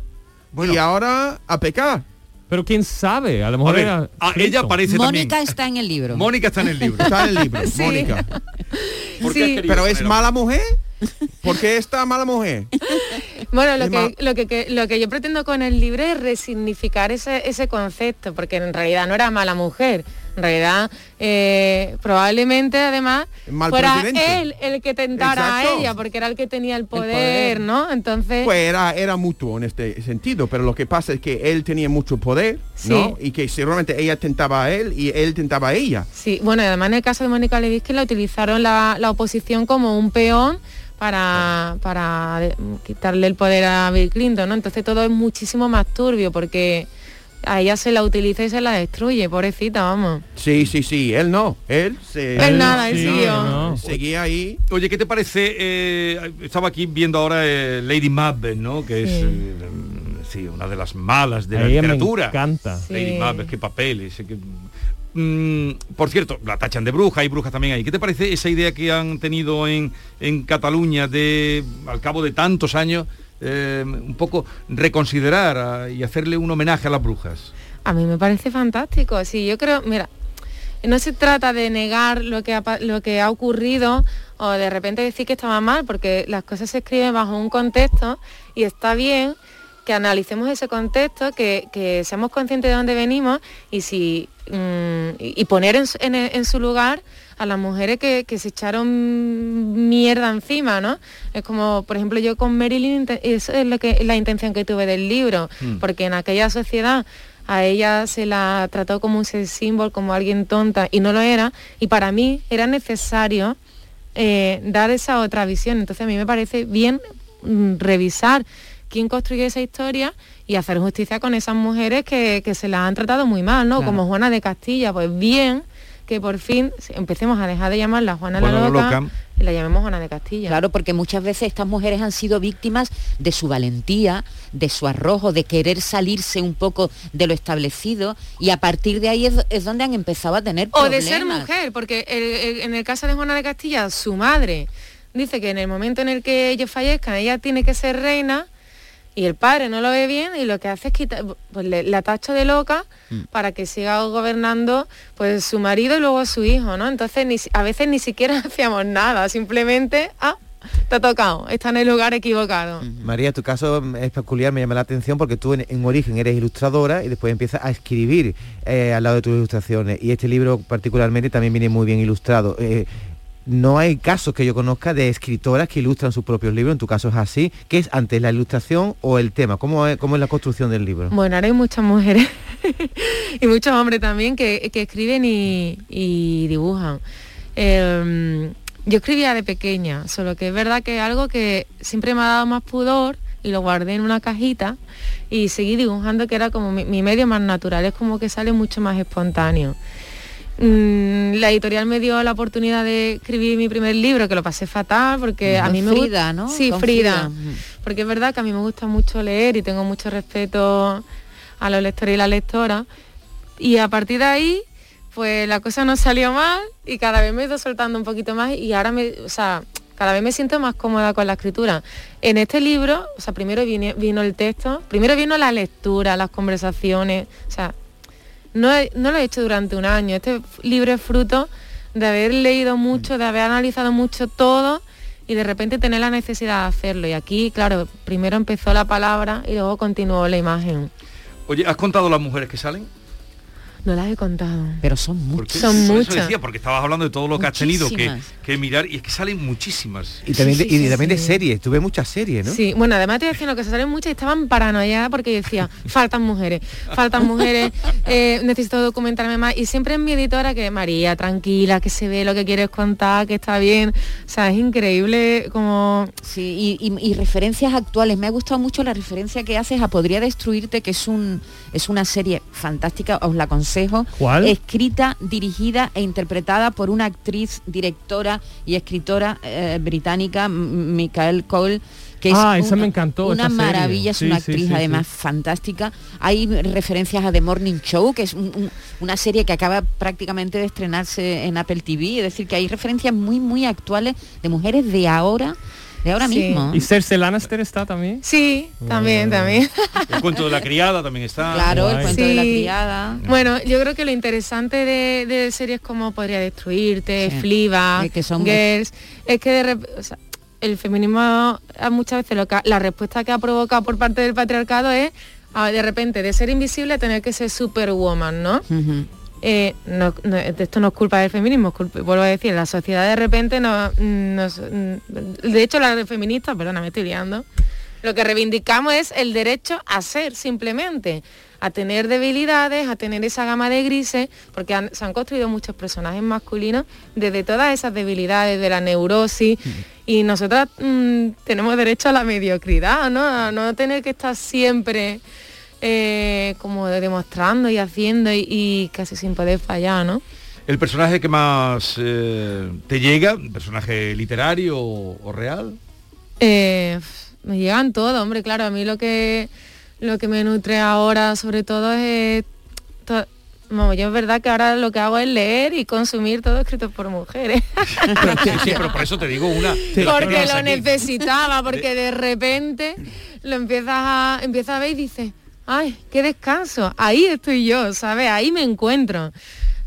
Speaker 3: y ahora a pecar.
Speaker 4: Pero quién sabe, a lo mejor
Speaker 3: ver,
Speaker 4: era
Speaker 3: ah, ella
Speaker 4: Clinton.
Speaker 3: aparece
Speaker 5: Mónica está en el libro.
Speaker 1: Mónica está en el libro.
Speaker 3: Está en el libro,
Speaker 5: Sí.
Speaker 3: Mónica.
Speaker 30: ¿Por qué has Sí. querido
Speaker 3: Pero es
Speaker 30: poner a-
Speaker 3: mala mujer. <laughs> ¿Por qué esta mala mujer?
Speaker 30: Bueno,
Speaker 3: Es
Speaker 30: lo
Speaker 3: más-
Speaker 30: que, lo, que, que- lo que yo pretendo con el libro es resignificar ese, ese concepto, porque en realidad no era mala mujer. En realidad, eh, probablemente además
Speaker 3: Mal
Speaker 30: fuera
Speaker 3: presidente.
Speaker 30: él el que tentara
Speaker 3: Exacto.
Speaker 30: a ella, porque era el que tenía el poder,
Speaker 3: poder.
Speaker 30: ¿no? Entonces,
Speaker 3: Pues era, era mutuo en este sentido, pero lo que pasa es que él tenía mucho poder, ¿no? Y que seguramente ella tentaba a él y él tentaba a ella.
Speaker 30: sí, bueno, y además en el caso de Mónica Levinsky la utilizaron la, la oposición como un peón para, para de- quitarle el poder a Bill Clinton, ¿no? Entonces todo es muchísimo más turbio porque a ella se la utiliza y se la destruye, pobrecita, vamos.
Speaker 3: Sí, sí, sí, él no, él se...
Speaker 30: Él nada, él siguió.
Speaker 3: Seguía ahí.
Speaker 1: Oye, ¿qué te parece? eh, estaba aquí viendo ahora eh, Lady Mabel, ¿no? Que es
Speaker 30: Sí.
Speaker 1: eh, sí, una de las malas de
Speaker 4: A
Speaker 1: la
Speaker 4: ella me
Speaker 1: literatura.
Speaker 4: encanta.
Speaker 1: Lady
Speaker 4: Sí.
Speaker 1: Mabel, qué papeles. eh, qué- Mm, por cierto, la tachan de bruja, hay brujas también ahí. ¿Qué te parece esa idea que han tenido en, en Cataluña de, al cabo de tantos años, eh, un poco reconsiderar a- y hacerle un homenaje a las brujas?
Speaker 30: A mí me parece fantástico. Sí, yo creo, mira, no se trata de negar lo que ha, pa- lo que ha ocurrido o de repente decir que estaba mal, porque las cosas se escriben bajo un contexto y está bien que analicemos ese contexto, que, que seamos conscientes de dónde venimos y si mm, y y poner en, su- en e- en su lugar a las mujeres que, que se echaron mierda encima, ¿no? Es como, por ejemplo, yo con Marilyn, inte- eso es lo que, la intención que tuve del libro,
Speaker 6: Mm.
Speaker 30: porque en aquella sociedad a ella se la trató como un sex symbol, como alguien tonta, y no lo era, y para mí era necesario eh, dar esa otra visión. Entonces a mí me parece bien mm, revisar quién construyó esa historia y hacer justicia con esas mujeres que, que se las han tratado muy mal, ¿no?
Speaker 5: Claro.
Speaker 30: Como Juana de Castilla, pues bien que por fin empecemos a dejar de llamarla Juana la
Speaker 5: Juana la
Speaker 30: Loca
Speaker 5: Loca.
Speaker 30: y la llamemos Juana de Castilla.
Speaker 5: Claro, porque muchas veces estas mujeres han sido víctimas de su valentía, de su arrojo, de querer salirse un poco de lo establecido y a partir de ahí es, es donde han empezado a tener
Speaker 30: O
Speaker 5: problemas.
Speaker 30: de ser mujer, porque el- el- en el caso de Juana de Castilla, su madre dice que en el momento en el que ellos fallezcan, ella tiene que ser reina y el padre no lo ve bien y lo que hace es quitar, pues le- la tacha de loca
Speaker 5: Mm.
Speaker 30: para que siga gobernando pues su marido y luego su hijo, ¿no? Entonces ni si- a veces ni siquiera <laughs> hacíamos nada, simplemente, ah, te ha tocado, está en el lugar equivocado.
Speaker 2: María, tu caso mm, es peculiar, me llama la atención porque tú en, en origen eres ilustradora y después empiezas a escribir eh, al lado de tus ilustraciones. Y este libro particularmente también viene muy bien ilustrado. Eh, no hay casos que yo conozca de escritoras que ilustran sus propios libros, en tu caso es así. ¿Qué es antes, la ilustración o el tema? ¿Cómo es, cómo es la construcción del libro?
Speaker 30: Bueno, ahora hay muchas mujeres <laughs> y muchos hombres también que, que escriben y, y dibujan. Eh, yo escribía de pequeña, solo que es verdad que algo que siempre me ha dado más pudor y lo guardé en una cajita y seguí dibujando que era como mi, mi medio más natural, es como que sale mucho más espontáneo. Mm, la editorial me dio la oportunidad de escribir mi primer libro, que lo pasé fatal porque a
Speaker 5: Con
Speaker 30: mí me
Speaker 5: Frida,
Speaker 30: gusta-
Speaker 5: ¿no?
Speaker 30: Sí,
Speaker 5: Con
Speaker 30: Frida.
Speaker 5: Frida.
Speaker 30: Porque es verdad que a mí me gusta mucho leer y tengo mucho respeto a los lectores y las lectoras. Y a partir de ahí, pues la cosa no salió mal y cada vez me he ido soltando un poquito más y ahora me, o sea, cada vez me siento más cómoda con la escritura. En este libro, o sea, primero vine- vino el texto, primero vino la lectura, las conversaciones, o sea, no, he- no lo he hecho durante un año. Este f- libro es fruto de haber leído mucho, de haber analizado mucho todo y de repente tener la necesidad de hacerlo. Y aquí, claro, primero empezó la palabra y luego continuó la imagen.
Speaker 1: Oye, ¿has contado las mujeres que salen?
Speaker 30: No las he contado.
Speaker 5: Pero son muchas.
Speaker 1: Porque eso-
Speaker 30: Son
Speaker 1: eso
Speaker 30: muchas.
Speaker 1: decía, porque estabas hablando de todo lo que has tenido que,
Speaker 30: Muchísimas.
Speaker 1: que mirar y es que salen muchísimas.
Speaker 2: Y también, de, y también de series, tuve muchas series, ¿no?
Speaker 30: Sí, bueno, además te decían lo que se salen muchas y estaban paranoiadas porque yo decía, faltan mujeres, faltan mujeres, eh, necesito documentarme más. Y siempre en mi editora que, María, tranquila, que se ve lo que quieres contar, que está bien. O sea, es increíble como...
Speaker 5: Sí, y, y- y referencias actuales. Me ha gustado mucho la referencia que haces a Podría Destruirte, que es, un, es una serie fantástica, os la aconsejo.
Speaker 6: ¿Cuál?
Speaker 5: Escrita, dirigida e interpretada por una actriz, directora y escritora eh, británica, M- Michael Cole. Que es
Speaker 4: Ah, esa
Speaker 5: una,
Speaker 4: me encantó,
Speaker 5: Una
Speaker 4: esa serie.
Speaker 5: maravilla, es
Speaker 4: Sí,
Speaker 5: una
Speaker 4: sí,
Speaker 5: actriz
Speaker 4: sí,
Speaker 5: además
Speaker 4: sí.
Speaker 5: fantástica. Hay referencias a The Morning Show, que es un- un- una serie que acaba prácticamente de estrenarse en Apple TV. Es decir, que hay referencias muy, muy actuales de mujeres de ahora, de ahora
Speaker 30: Sí.
Speaker 5: mismo.
Speaker 4: ¿Y Cersei Lannister está también?
Speaker 30: Sí, también, también.
Speaker 1: El cuento de la criada también está.
Speaker 30: Sí. Bueno, yo creo que lo interesante de, de series como Podría Destruirte,
Speaker 5: Sí.
Speaker 30: Fliba,
Speaker 5: Es que son-
Speaker 30: Girls, es que de rep- o sea, el feminismo a muchas veces lo que ha- la respuesta que ha provocado por parte del patriarcado es ah, de repente de ser invisible a tener que ser superwoman, ¿no? Eh, no- no, esto no es culpa del feminismo, es culpa- vuelvo a decir, la sociedad de repente no- nos... mm, de hecho, la feminista, perdona, me estoy liando, lo que reivindicamos es el derecho a ser, simplemente, a tener debilidades, a tener esa gama de grises, porque han- se han construido muchos personajes masculinos desde todas esas debilidades, de la neurosis, y nosotras mm, tenemos derecho a la mediocridad, ¿no? A no tener que estar siempre eh, como demostrando y haciendo y, y casi sin poder fallar, ¿no?
Speaker 1: El personaje que más eh, te llega, personaje literario o, o real.
Speaker 30: Eh, me llegan todo, hombre, claro, a mí lo que lo que me nutre ahora sobre todo es to- vamos, yo es verdad que ahora lo que hago es leer y consumir todo escrito por mujeres.
Speaker 1: Sí, sí, pero por eso te digo una. de las
Speaker 30: porque
Speaker 1: primeras
Speaker 30: lo
Speaker 1: aquí.
Speaker 30: necesitaba, porque de repente lo empiezas a, empiezas a ver y dices, ay, qué descanso, ahí estoy yo, ¿sabes? Ahí me encuentro.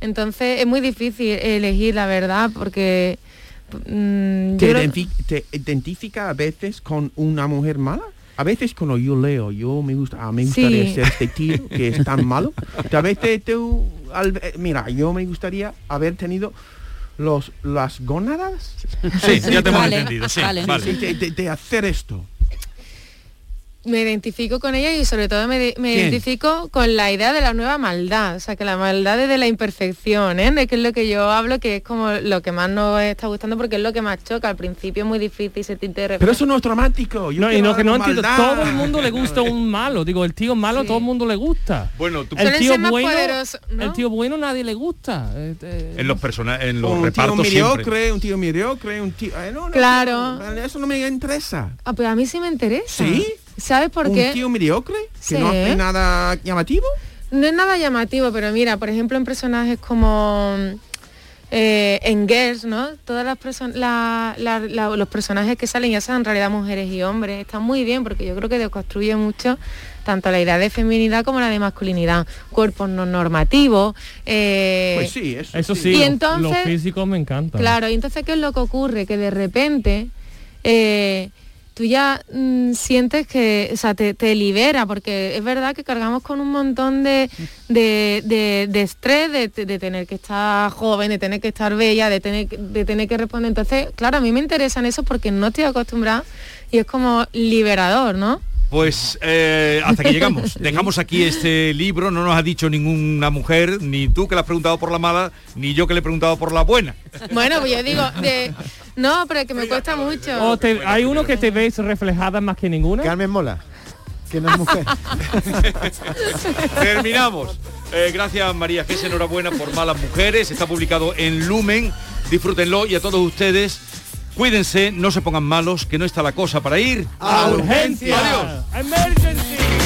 Speaker 30: Entonces es muy difícil elegir la verdad porque... mm,
Speaker 3: ¿Te,
Speaker 30: yo creo-
Speaker 3: identifi- te identifica a veces con una mujer mala? A veces cuando yo leo, yo me gusta, ah, me
Speaker 30: Sí.
Speaker 3: gustaría ser este tío que es tan
Speaker 30: <laughs>
Speaker 3: malo. A veces tú, al- eh, mira, yo me gustaría haber tenido los las gónadas.
Speaker 1: Sí,
Speaker 3: <laughs>
Speaker 1: ya te hemos Vale, entendido, sí, vale. vale.
Speaker 3: De, de- de hacer esto.
Speaker 30: me identifico con ella y sobre todo me, de- me
Speaker 3: ¿Quién?
Speaker 30: identifico con la idea de la nueva maldad, o sea, que la maldad es de la imperfección, ¿eh? De que es lo que yo hablo, que es como lo que más nos está gustando porque es lo que más choca. Al principio es muy difícil sentirte
Speaker 3: Pero eso no es dramático. yo
Speaker 4: No, y
Speaker 3: quiero
Speaker 4: no, que
Speaker 3: ver
Speaker 4: no entiendo,
Speaker 3: maldad.
Speaker 4: todo el mundo le gusta un malo, digo, el tío malo todo el mundo le gusta.
Speaker 1: Bueno, tú-
Speaker 4: el
Speaker 1: Suelen
Speaker 4: tío
Speaker 1: ser más
Speaker 4: bueno,
Speaker 30: poderosos,
Speaker 4: el tío bueno nadie le gusta. eh, eh,
Speaker 1: En los personajes, en los
Speaker 3: Un tío
Speaker 1: repartos siempre.
Speaker 3: mediocre, un tío mediocre, un tío... eh, no, no,
Speaker 30: Claro.
Speaker 3: no, eso no me interesa.
Speaker 30: Ah, pues a mí sí me interesa.
Speaker 3: ¿Sí?
Speaker 30: ¿Sabes por
Speaker 3: un
Speaker 30: qué?
Speaker 3: tío mediocre que no
Speaker 30: Sí.
Speaker 3: hace nada llamativo.
Speaker 30: No es nada llamativo, pero mira, por ejemplo, en personajes como eh, en Girls, ¿no? Todas las perso- la- la- la- los personajes que salen, ya sean en realidad mujeres y hombres, están muy bien porque yo creo que deconstruye mucho tanto la idea de feminidad como la de masculinidad, cuerpos no normativos. eh,
Speaker 3: Pues eso,
Speaker 4: Pues sí.
Speaker 30: Y
Speaker 4: lo-
Speaker 30: entonces-
Speaker 4: los físicos me encantan.
Speaker 30: Claro, y entonces ¿qué es lo que ocurre? Que de repente eh, tú ya mm, sientes que, o sea, te, te libera, porque es verdad que cargamos con un montón de, de, de- de estrés, de, de tener que estar joven, de tener que estar bella, de tener, que- de tener que responder. Entonces, claro, a mí me interesan eso porque no estoy acostumbrada y es como liberador,
Speaker 4: <laughs>
Speaker 30: ¿no?
Speaker 1: Pues eh, hasta que llegamos. Dejamos aquí este libro. No nos ha dicho ninguna mujer, ni tú que le has preguntado por la mala, ni yo que le he preguntado por la buena.
Speaker 30: Bueno, pues yo digo, de, no, pero es que me cuesta mucho.
Speaker 4: O te- hay uno que te veis reflejada más que ninguna. Carmen Mola, que no es mujer.
Speaker 1: <laughs> Terminamos. Eh, gracias María Gés, enhorabuena por Malas Mujeres. Está publicado en Lumen. Disfrútenlo y a todos ustedes, cuídense, no se pongan malos, que no está la cosa para ir.
Speaker 4: ¡A urgencia!
Speaker 1: Adiós.
Speaker 4: Emergency.